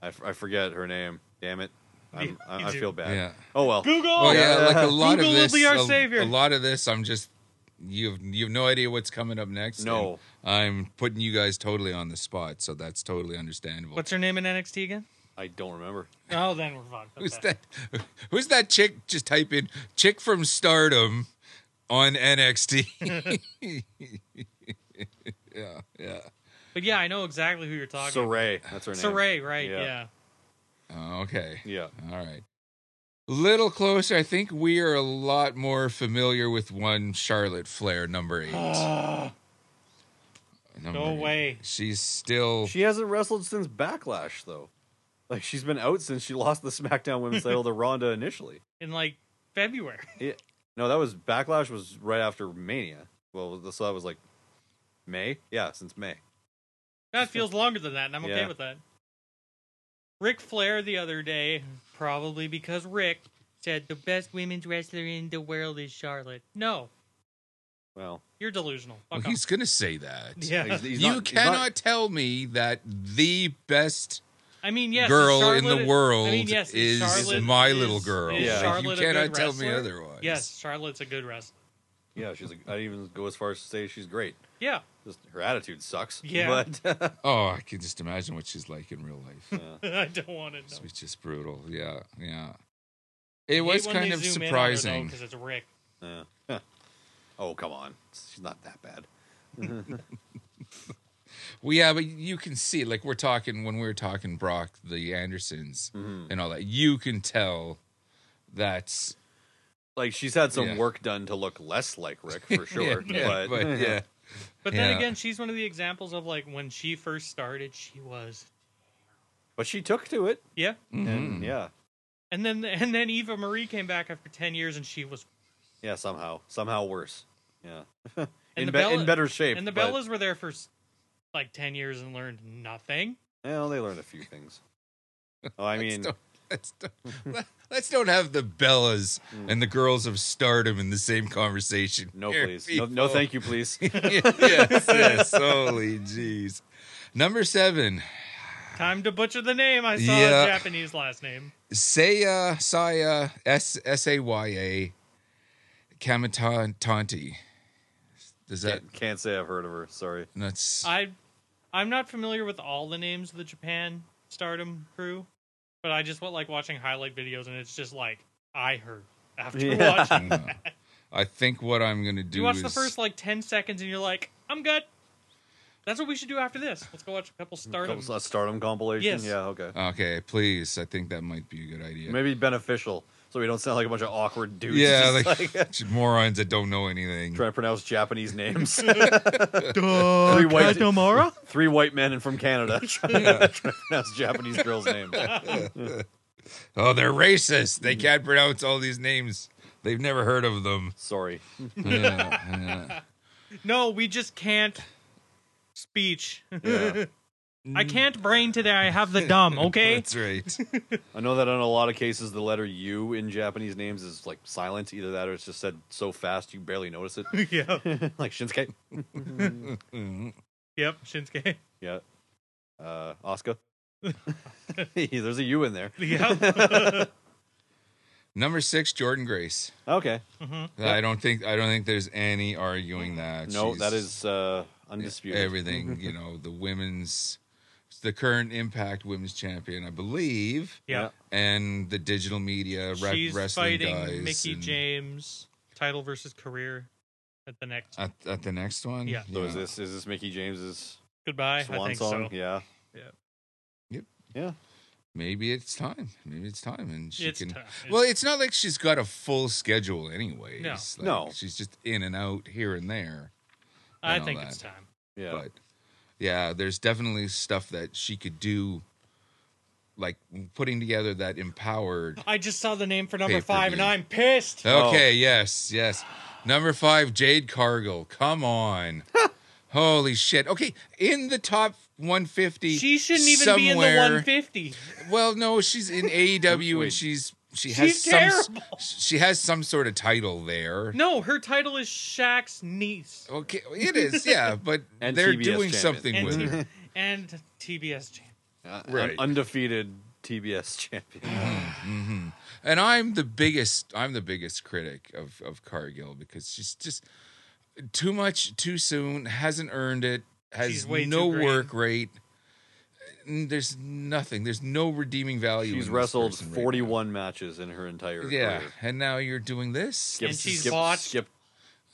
S4: I, f- I forget her name. Damn it. I'm,
S5: Yeah,
S4: I,
S5: you
S4: I
S5: do.
S4: feel bad.
S3: Yeah.
S4: Oh well.
S5: Google.
S3: Oh yeah,
S4: yeah.
S3: like a lot
S5: Google
S3: of
S5: will
S3: this.
S5: be our
S3: a,
S5: savior.
S3: a lot of this, I'm just you've you've no idea what's coming up next.
S4: No.
S3: and I'm putting you guys totally on the spot, so that's totally understandable.
S5: What's her name in NXT again?
S4: I don't remember.
S5: Oh, then we're fucked.
S3: who's
S5: Okay.
S3: that? Who's that chick? Just type in chick from Stardom on NXT. yeah, yeah.
S5: But yeah, I know exactly who you're talking.
S4: Saray. That's her name.
S5: about. Saray, right?
S4: Yeah.
S5: Yeah. Mm-hmm.
S3: Oh, okay.
S4: Yeah.
S3: All right. Little closer. I think we are a lot more familiar with one Charlotte Flair, number eight. Number
S5: No
S3: eight.
S5: way.
S3: She's still.
S4: She hasn't wrestled since Backlash though. Like she's been out since she lost the SmackDown Women's Title to Ronda initially.
S5: In like February.
S4: Yeah. No, that was Backlash was right after Mania. Well, so that was like May. Yeah, since May.
S5: That feels longer than that, and I'm okay
S4: Yeah.
S5: with that. Ric Flair the other day, probably because Rick said the best women's wrestler in the world is Charlotte. No,
S4: Well,
S5: you're delusional.
S3: Well,
S5: Fuck
S3: he's going to say that.
S5: off. Yeah.
S4: he's- he's
S3: you
S4: not- he's not-
S3: cannot tell me that the best
S5: I mean, yes,
S3: girl
S5: is
S3: in the
S5: Charlotte-
S3: world
S5: I mean, yes,
S3: is
S5: Charlotte
S3: my
S5: is-
S3: little girl.
S5: is
S4: Yeah.
S3: Like,
S5: Charlotte
S3: you
S5: a good
S3: cannot tell me
S5: wrestler?
S3: otherwise.
S5: Yes, Charlotte's a good wrestler.
S4: yeah, she's. Like, I'd even go as far as to say she's great.
S5: Yeah,
S4: Just her attitude sucks.
S5: Yeah.
S4: But
S3: Oh, I can just imagine what she's like in real life.
S5: I don't want to know.
S3: It's just brutal. Yeah, yeah. It
S5: I
S3: was
S5: hate when they
S3: kind of
S5: zoom in on her, though,
S3: surprising.
S5: 'cause it's Rick.
S4: Yeah. Huh. oh come on, she's not that bad.
S3: Well, yeah, but you can see, like we're talking when we were talking Brock, the Andersons,
S4: Mm-hmm.
S3: and all that. You can tell that's
S4: Like she's had some
S3: Yeah.
S4: work done to look less like Rick for sure.
S3: yeah,
S4: but,
S3: but yeah,
S5: But then
S3: Yeah.
S5: again, she's one of the examples of like when she first started, she was
S4: but she took to it.
S5: yeah.
S3: Mm-hmm. Mm.
S4: And yeah,
S5: And then and then Eva Marie came back after ten years, and she was
S4: yeah, somehow, somehow worse. Yeah.
S5: And
S4: in,
S5: the
S4: be-
S5: Bella-
S4: in better shape.
S5: and the
S4: but-
S5: Bellas were there for s- like ten years and learned nothing.
S4: Well, they learned a few things. Oh, I mean,
S3: don't- let's don't, let's don't have the Bellas and the girls of stardom in the same conversation.
S4: no, please, no, no, thank you, please.
S3: yes, yes. Holy jeez. Number seven,
S5: Time to butcher the name. I saw
S3: Yeah.
S5: a Japanese last name.
S3: Saya Saya S S A Y A Kamatanti. Does that
S4: Can't, can't say I've heard of her. Sorry.
S3: that's
S5: I I'm not familiar with all the names of the Japan Stardom crew, but I just want like watching highlight videos, and it's just like I heard after
S4: Yeah.
S5: watching.
S3: I think what I'm gonna do
S5: You watch
S3: is
S5: the first like ten seconds, and you're like, I'm good. That's what we should do after this. Let's go watch a couple Stardom.
S4: Couple- A stardom compilation.
S5: Yes.
S4: Yeah. Okay.
S3: Okay, please. I think that might be a good idea.
S4: Maybe beneficial, so we don't sound like a bunch of awkward dudes.
S3: yeah,
S4: just,
S3: like, morons that don't know anything.
S4: trying to pronounce Japanese names. uh, three white,
S5: Katamara?
S4: three white men and from Canada trying to pronounce Japanese girls' names.
S3: Oh, they're racist.
S5: Mm.
S3: They can't pronounce all these names. They've never heard of them.
S4: Sorry.
S5: No, we just can't speech.
S4: Yeah.
S5: I can't brain today. I have the dumb. Okay.
S3: That's right.
S4: I know that in a lot of cases the letter U in Japanese names is like silent. Either that or it's just said so fast you barely notice it.
S5: yep.
S4: like Shinsuke.
S5: Yep. Shinsuke.
S4: Yeah. Uh, Asuka. There's a U in there.
S5: Yep.
S3: Number six, Jordan Grace.
S4: Okay.
S3: I don't think I don't think there's any arguing that.
S4: No,
S3: She's
S4: that is uh, undisputed.
S3: everything. you know, the women's, the current Impact Women's Champion, I believe,
S5: Yeah.
S3: and the digital media re-
S5: She's
S3: wrestling
S5: fighting
S3: guys.
S5: Mickey
S3: and-
S5: James title versus career at the next.
S3: at, at the next one.
S5: Yeah.
S4: So is this is this Mickey James's
S5: Goodbye. I
S4: swan
S5: think
S4: song?
S5: so.
S4: Yeah.
S5: Yeah.
S3: Yep.
S4: Yeah.
S3: Maybe it's time. Maybe it's time, and she
S5: It's
S3: can.
S5: time.
S3: Well, it's not like she's got a full schedule, anyways.
S5: No.
S3: Like,
S4: No.
S3: she's just in and out here and there.
S5: I
S3: know
S5: think
S3: that.
S5: it's time.
S4: Yeah.
S3: But yeah, there's definitely stuff that she could do, like putting together that empowered.
S5: I just saw the name for number
S3: Pay-per-view.
S5: five, and I'm pissed.
S3: Okay. Yes. Yes. Number five, Jade Cargill. Come on. Holy shit. Okay, in the top 150.
S5: She shouldn't even be in the
S3: somewhere-
S5: 150.
S3: Well, no, she's in AEW and
S4: Wait.
S3: she's she has
S5: She's
S3: some s-
S5: terrible.
S3: she has some sort of title there.
S5: No, her title is Shaq's niece
S3: Okay, it is yeah, but
S4: And
S3: they're
S4: TBS
S3: doing
S4: champion.
S3: something
S5: And
S3: with it.
S5: and TBS champ.
S4: Uh, an
S3: Right.
S4: undefeated TBS champion.
S3: And I'm the biggest I'm the biggest critic of of Cargill because she's just too much too soon. Hasn't earned it. Has
S5: She's way
S3: no
S5: too green.
S3: work rate. N- There's nothing. There's no redeeming value. in
S4: She's
S3: this
S4: wrestled
S3: person right now.
S4: 41 matches in her entire
S3: yeah,
S4: career.
S3: and now you're doing this.
S5: And she's botched-
S4: skipped,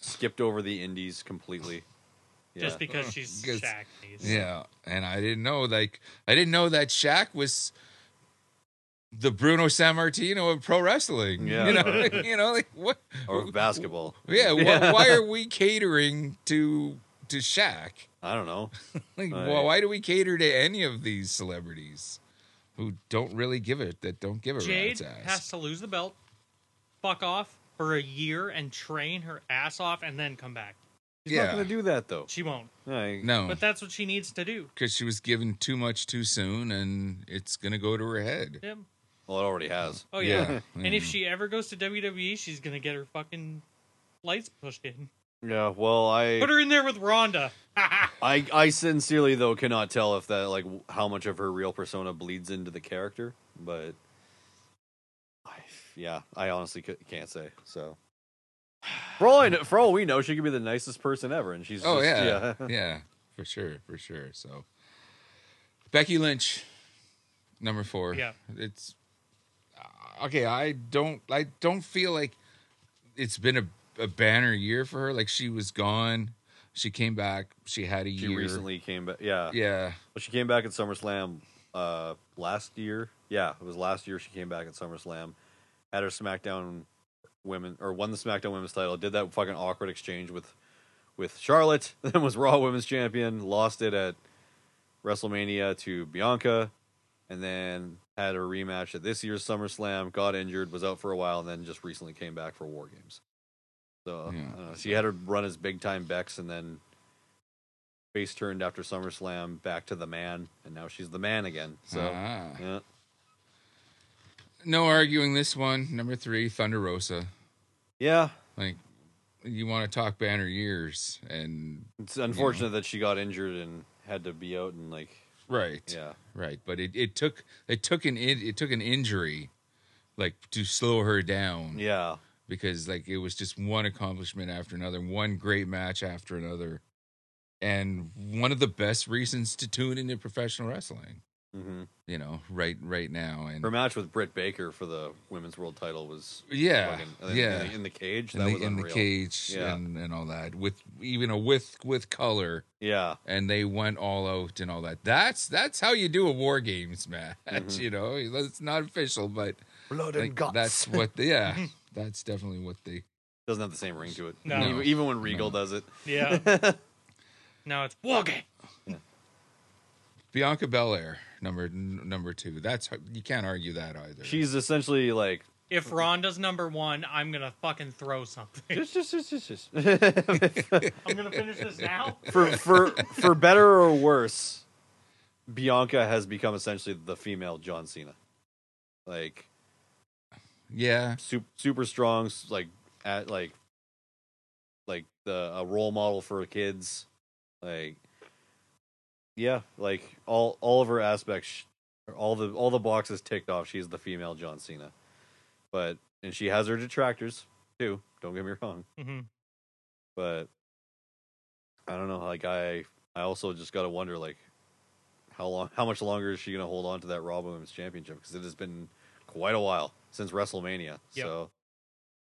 S4: skipped over the indies completely. Yeah.
S5: Just because she's
S3: Guess-
S5: Shaq's niece.
S3: Oh, Yeah, and I didn't know like I didn't know that Shaq was the Bruno San Martino of pro wrestling.
S4: Yeah.
S3: you know, you know, like what?
S4: or basketball.
S3: Yeah, wh- why are we catering to to Shaq?
S4: I don't know.
S3: Like,
S4: Right.
S3: wh- why do we cater to any of these celebrities who don't really give it that don't give a
S5: Jade
S3: rat's ass?
S5: has to lose the belt, fuck off for a year, and train her ass off, and then come back.
S4: She's not
S3: Yeah.
S4: going to do that though.
S5: She won't.
S4: Like,
S3: no,
S5: But that's what she needs to do.
S3: because she was given too much too soon, and it's gonna go to her head.
S5: Yep.
S4: Well, it already has.
S5: Oh yeah.
S3: Yeah,
S5: And
S4: Mm.
S5: if she ever goes to WWE, she's gonna get her fucking lights pushed in.
S4: Yeah. Well, I
S5: Put her in there with Rhonda.
S4: I, I sincerely though cannot tell if that like w- how much of her real persona bleeds into the character, but I, yeah, I honestly c- can't say. So for all I know, for all we know, she could be the nicest person ever, and she's
S3: Oh
S4: just,
S3: yeah, yeah, for sure, for sure. So Becky Lynch, number four.
S5: Yeah.
S3: it's uh, okay. I don't, I don't feel like it's been a, a banner year for her. Like she was gone, she came back, she had a
S4: She
S3: year
S4: recently came back. Yeah,
S3: Yeah,
S4: Well, she came back at SummerSlam uh, last year. Yeah, it was last year she came back at SummerSlam, had her SmackDown women or won the SmackDown women's title. Did that fucking awkward exchange with with Charlotte, then was Raw Women's Champion. Lost it at WrestleMania to Bianca, and then had a rematch at this year's SummerSlam. Got injured, was out for a while, and then just recently came back for War Games. So
S3: Yeah.
S4: I don't know, she had her run as big time Bex, and then face turned after SummerSlam back to the man, and now she's the man again. So
S3: Ah.
S4: yeah,
S3: no arguing this one. Number three, Thunder Rosa.
S4: yeah.
S3: Like you want to talk banner years and
S4: It's unfortunate that she got injured and had to be out and like
S3: right,
S4: yeah.
S3: right. But it, it took it took an in, it took an injury. Like to slow her down,
S4: Yeah.
S3: because like it was just one accomplishment after another, one great match after another, and one of the best reasons to tune into professional wrestling.
S4: hmm
S3: You know, right right now, and
S4: Her match with Britt Baker for the women's world title was
S3: yeah,
S4: fucking- and then
S3: yeah,
S4: in the, in the cage
S3: in
S4: that
S3: the,
S4: was
S3: in the
S4: unreal.
S3: cage
S4: Yeah.
S3: and and all that with even a with with color,
S4: Yeah,
S3: and they went all out and all that. That's that's how you do a war games match.
S4: Mm-hmm.
S3: You know, it's not official, but
S4: blood
S3: like, that's what yeah, that's definitely what they
S4: doesn't have the same ring to it.
S5: No.
S4: Even, even when Regal does it.
S5: Yeah. now it's Woggy.
S3: Bianca Belair, number n- number two. That's you can't argue that either.
S4: She's essentially like
S5: If Rhonda's number one, I'm gonna fucking throw something.
S4: just, just, just, just, just.
S5: I'm gonna finish this now.
S4: for for for better or worse, Bianca has become essentially the female John Cena. Like
S3: yeah,
S4: super, super strong, s- like at like like the a role model for kids, like yeah, like all all of her aspects, sh- all the all the boxes ticked off. She's the female John Cena, but and she has her detractors too. Don't get me wrong,
S5: hmm
S4: but I don't know. Like I, I also just gotta wonder like how long, how much longer is she gonna hold on to that Raw Women's Championship? Because it has been quite a while since WrestleMania.
S5: Yep.
S4: So,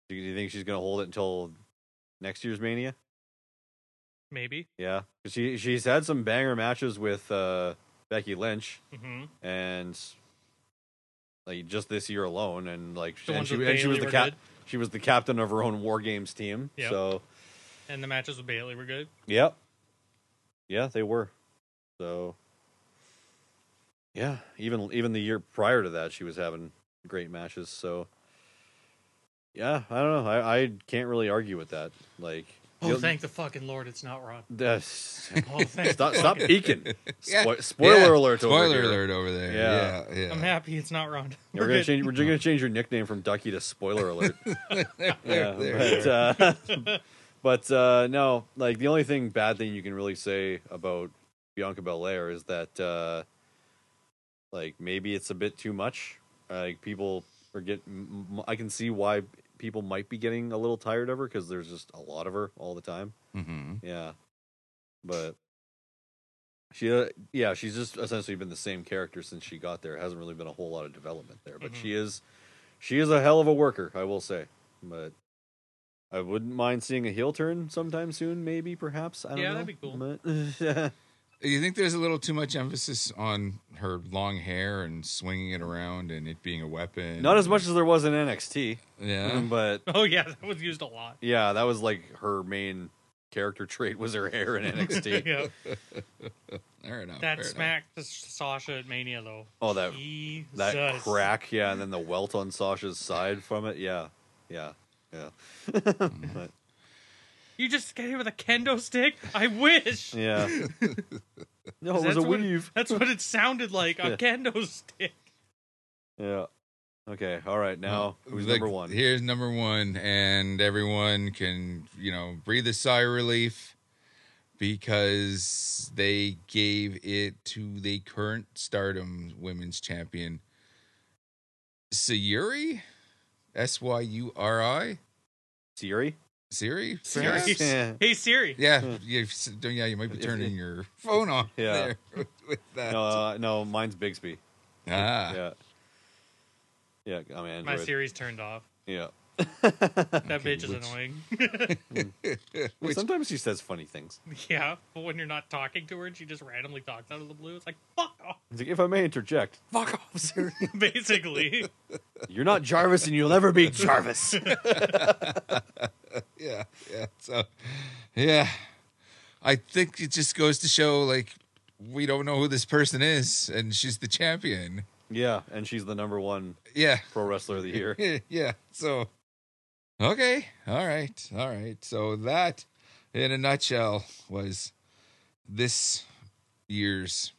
S4: do you do you think she's gonna hold it until next year's Mania?
S5: Maybe.
S4: Yeah, 'Cause she she's had some banger matches with uh, Becky Lynch
S5: hmm
S4: and like just this year alone, and like
S5: The
S4: and
S5: ones
S4: she,
S5: with
S4: and she was the
S5: Bayley were
S4: cap
S5: good.
S4: she was the captain of her own War Games team.
S5: Yep.
S4: So
S5: And the matches with Bailey were good.
S4: yep, yeah, they were. So yeah, even even the year prior to that, she was having great matches. So yeah, I don't know. I I can't really argue with that. Like.
S5: Oh,
S4: you'll-
S5: thank the fucking lord, it's not Ron.
S4: that's-
S5: Oh, thank
S4: Stop,
S5: the
S4: stop
S5: fucking-
S4: peeking.
S3: Yeah.
S4: Spo- Spoiler
S3: Yeah.
S4: alert. over
S3: Spoiler
S4: here.
S3: alert over there. Yeah,
S4: Yeah.
S3: yeah.
S5: I'm happy it's not Ron.
S4: Yeah, We're,
S5: We're
S4: gonna
S5: good.
S4: change. We're gonna change your nickname from Ducky to Spoiler Alert. yeah,
S3: there,
S4: but uh, but uh, no, like the only thing bad thing you can really say about Bianca Belair is that uh, like maybe it's a bit too much. Like people are get. m- m- I can see why people might be getting a little tired of her because there's just a lot of her all the time.
S3: hmm
S4: Yeah, but she, uh, yeah, she's just essentially been the same character since she got there. Hasn't really been a whole lot of development there, but
S5: Mm-hmm.
S4: she is, she is a hell of a worker, I will say. But I wouldn't mind seeing a heel turn sometime soon, maybe, perhaps. I don't
S5: Yeah,
S4: know.
S5: that'd be cool.
S4: But-
S3: You think there's a little too much emphasis on her long hair and swinging it around and it being a weapon?
S4: Not as much as there was in NXT,
S3: Yeah.
S4: but
S5: Oh yeah, that was used a lot.
S4: yeah, that was like her main character trait was her hair in NXT.
S5: Yeah,
S3: Fair enough.
S5: that
S3: fair
S5: smack to Sasha at Mania though.
S4: Oh, that-
S5: Jesus.
S4: that crack, yeah, and then the welt on Sasha's side from it, yeah, yeah, yeah. but,
S5: You just get hit with a kendo stick. I wish.
S4: yeah. no,
S5: 'Cause
S4: it was
S5: that's
S4: a
S5: what-
S4: weave.
S5: that's what it sounded like. A
S4: Yeah.
S5: kendo stick.
S4: Yeah. Okay. All right. Now
S3: Well,
S4: who's
S3: look,
S4: number one?
S3: Here's number one, and everyone can you know breathe a sigh of relief because they gave it to the current Stardom Women's Champion, Sayuri, S Y U R I,
S4: Siri.
S3: Siri,
S5: Siri.
S3: perhaps?
S4: Yeah.
S5: Hey Siri.
S3: Yeah, you, yeah, you might be
S4: If- if
S3: turning
S4: you-
S3: your phone off
S4: Yeah.
S3: there with that.
S4: No, uh, no, mine's Bigsby.
S3: ah,
S4: Yeah. Yeah, I'm Android.
S5: My Siri's turned off.
S4: Yeah.
S5: That
S3: Okay,
S5: bitch is
S3: which-
S5: annoying.
S4: Well,
S3: Which-
S4: Sometimes she says funny things.
S5: yeah, but when you're not talking to her and she just randomly talks out of the blue, it's like fuck off.
S4: It's like, if I may interject,
S3: fuck off, Siri.
S5: Basically.
S4: you're not Jarvis, and you'll never be Jarvis.
S3: yeah, yeah. So, yeah, I think it just goes to show like we don't know who this person is, and she's the champion.
S4: yeah, and she's the number one
S3: Yeah,
S4: pro wrestler of the year.
S3: yeah. So, okay, all right, all right. So that, in a nutshell, was this year's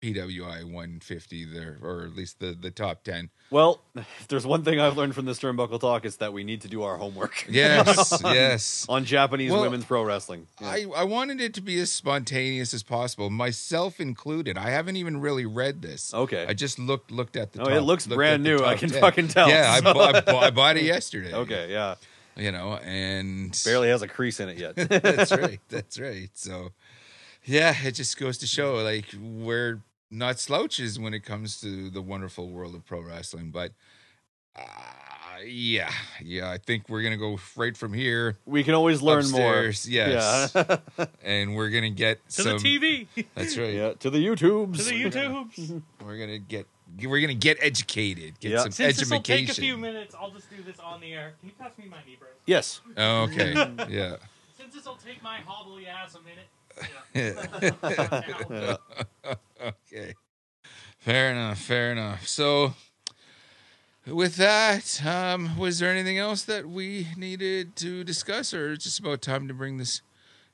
S3: PWI 150, there, or at least the the top ten.
S4: Well, if there's one thing I've learned from the Sternbuckle talk, it's that we need to do our homework.
S3: Yes, yes.
S4: on Japanese
S3: Well,
S4: women's pro wrestling. Yeah.
S3: I, I wanted it to be as spontaneous as possible, myself included. I haven't even really read this.
S4: Okay.
S3: I just looked looked at the.
S4: Oh,
S3: top,
S4: it looks
S3: looked
S4: brand
S3: at the
S4: new. I
S3: top
S4: can
S3: 10.
S4: fucking tell.
S3: Yeah, I,
S4: So-
S3: bu- I, bu- I bought it yesterday.
S4: okay, yeah.
S3: You know, and
S4: Barely has a crease in it yet.
S3: that's right. That's right. So, yeah, it just goes to show like we're not slouches when it comes to the wonderful world of pro wrestling, but. Uh, yeah, yeah. I think we're gonna go right from here,
S4: we can always learn
S3: Upstairs,
S4: more.
S3: yes.
S4: Yeah.
S3: and we're gonna get
S5: to
S3: some.
S5: the TV.
S3: That's right.
S4: yeah. To the
S5: to
S4: YouTubes.
S5: the YouTubes.
S3: We're gonna get we're gonna get educated. Get
S4: Yeah.
S3: some
S5: Since this will take a few
S3: education.
S5: minutes, I'll just do this on the air. Can you pass me my knee brace?
S4: Yes.
S3: Oh, okay. yeah.
S5: Since this will take my hobbly ass a minute.
S4: Yeah.
S3: Okay. Fair enough. Fair enough. So with that, um, was there anything else that we needed to discuss, or it's just about time to bring this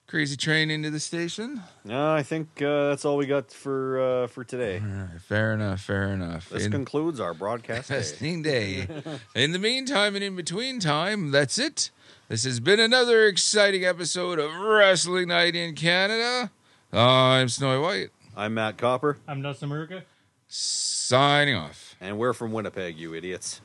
S3: crazy train into the station?
S4: No, I think uh, that's all we got for uh, for today.
S3: All right, fair enough. Fair enough.
S4: This
S3: In-
S4: concludes our broadcast. Day.
S3: Testing day. In the meantime and in between time, that's it. This has been another exciting episode of Wrestling Night in Canada. I'm Snowy White,
S4: I'm Matt Copper,
S5: I'm Dustin Maruka.
S3: signing off.
S4: and we're from Winnipeg, you idiots.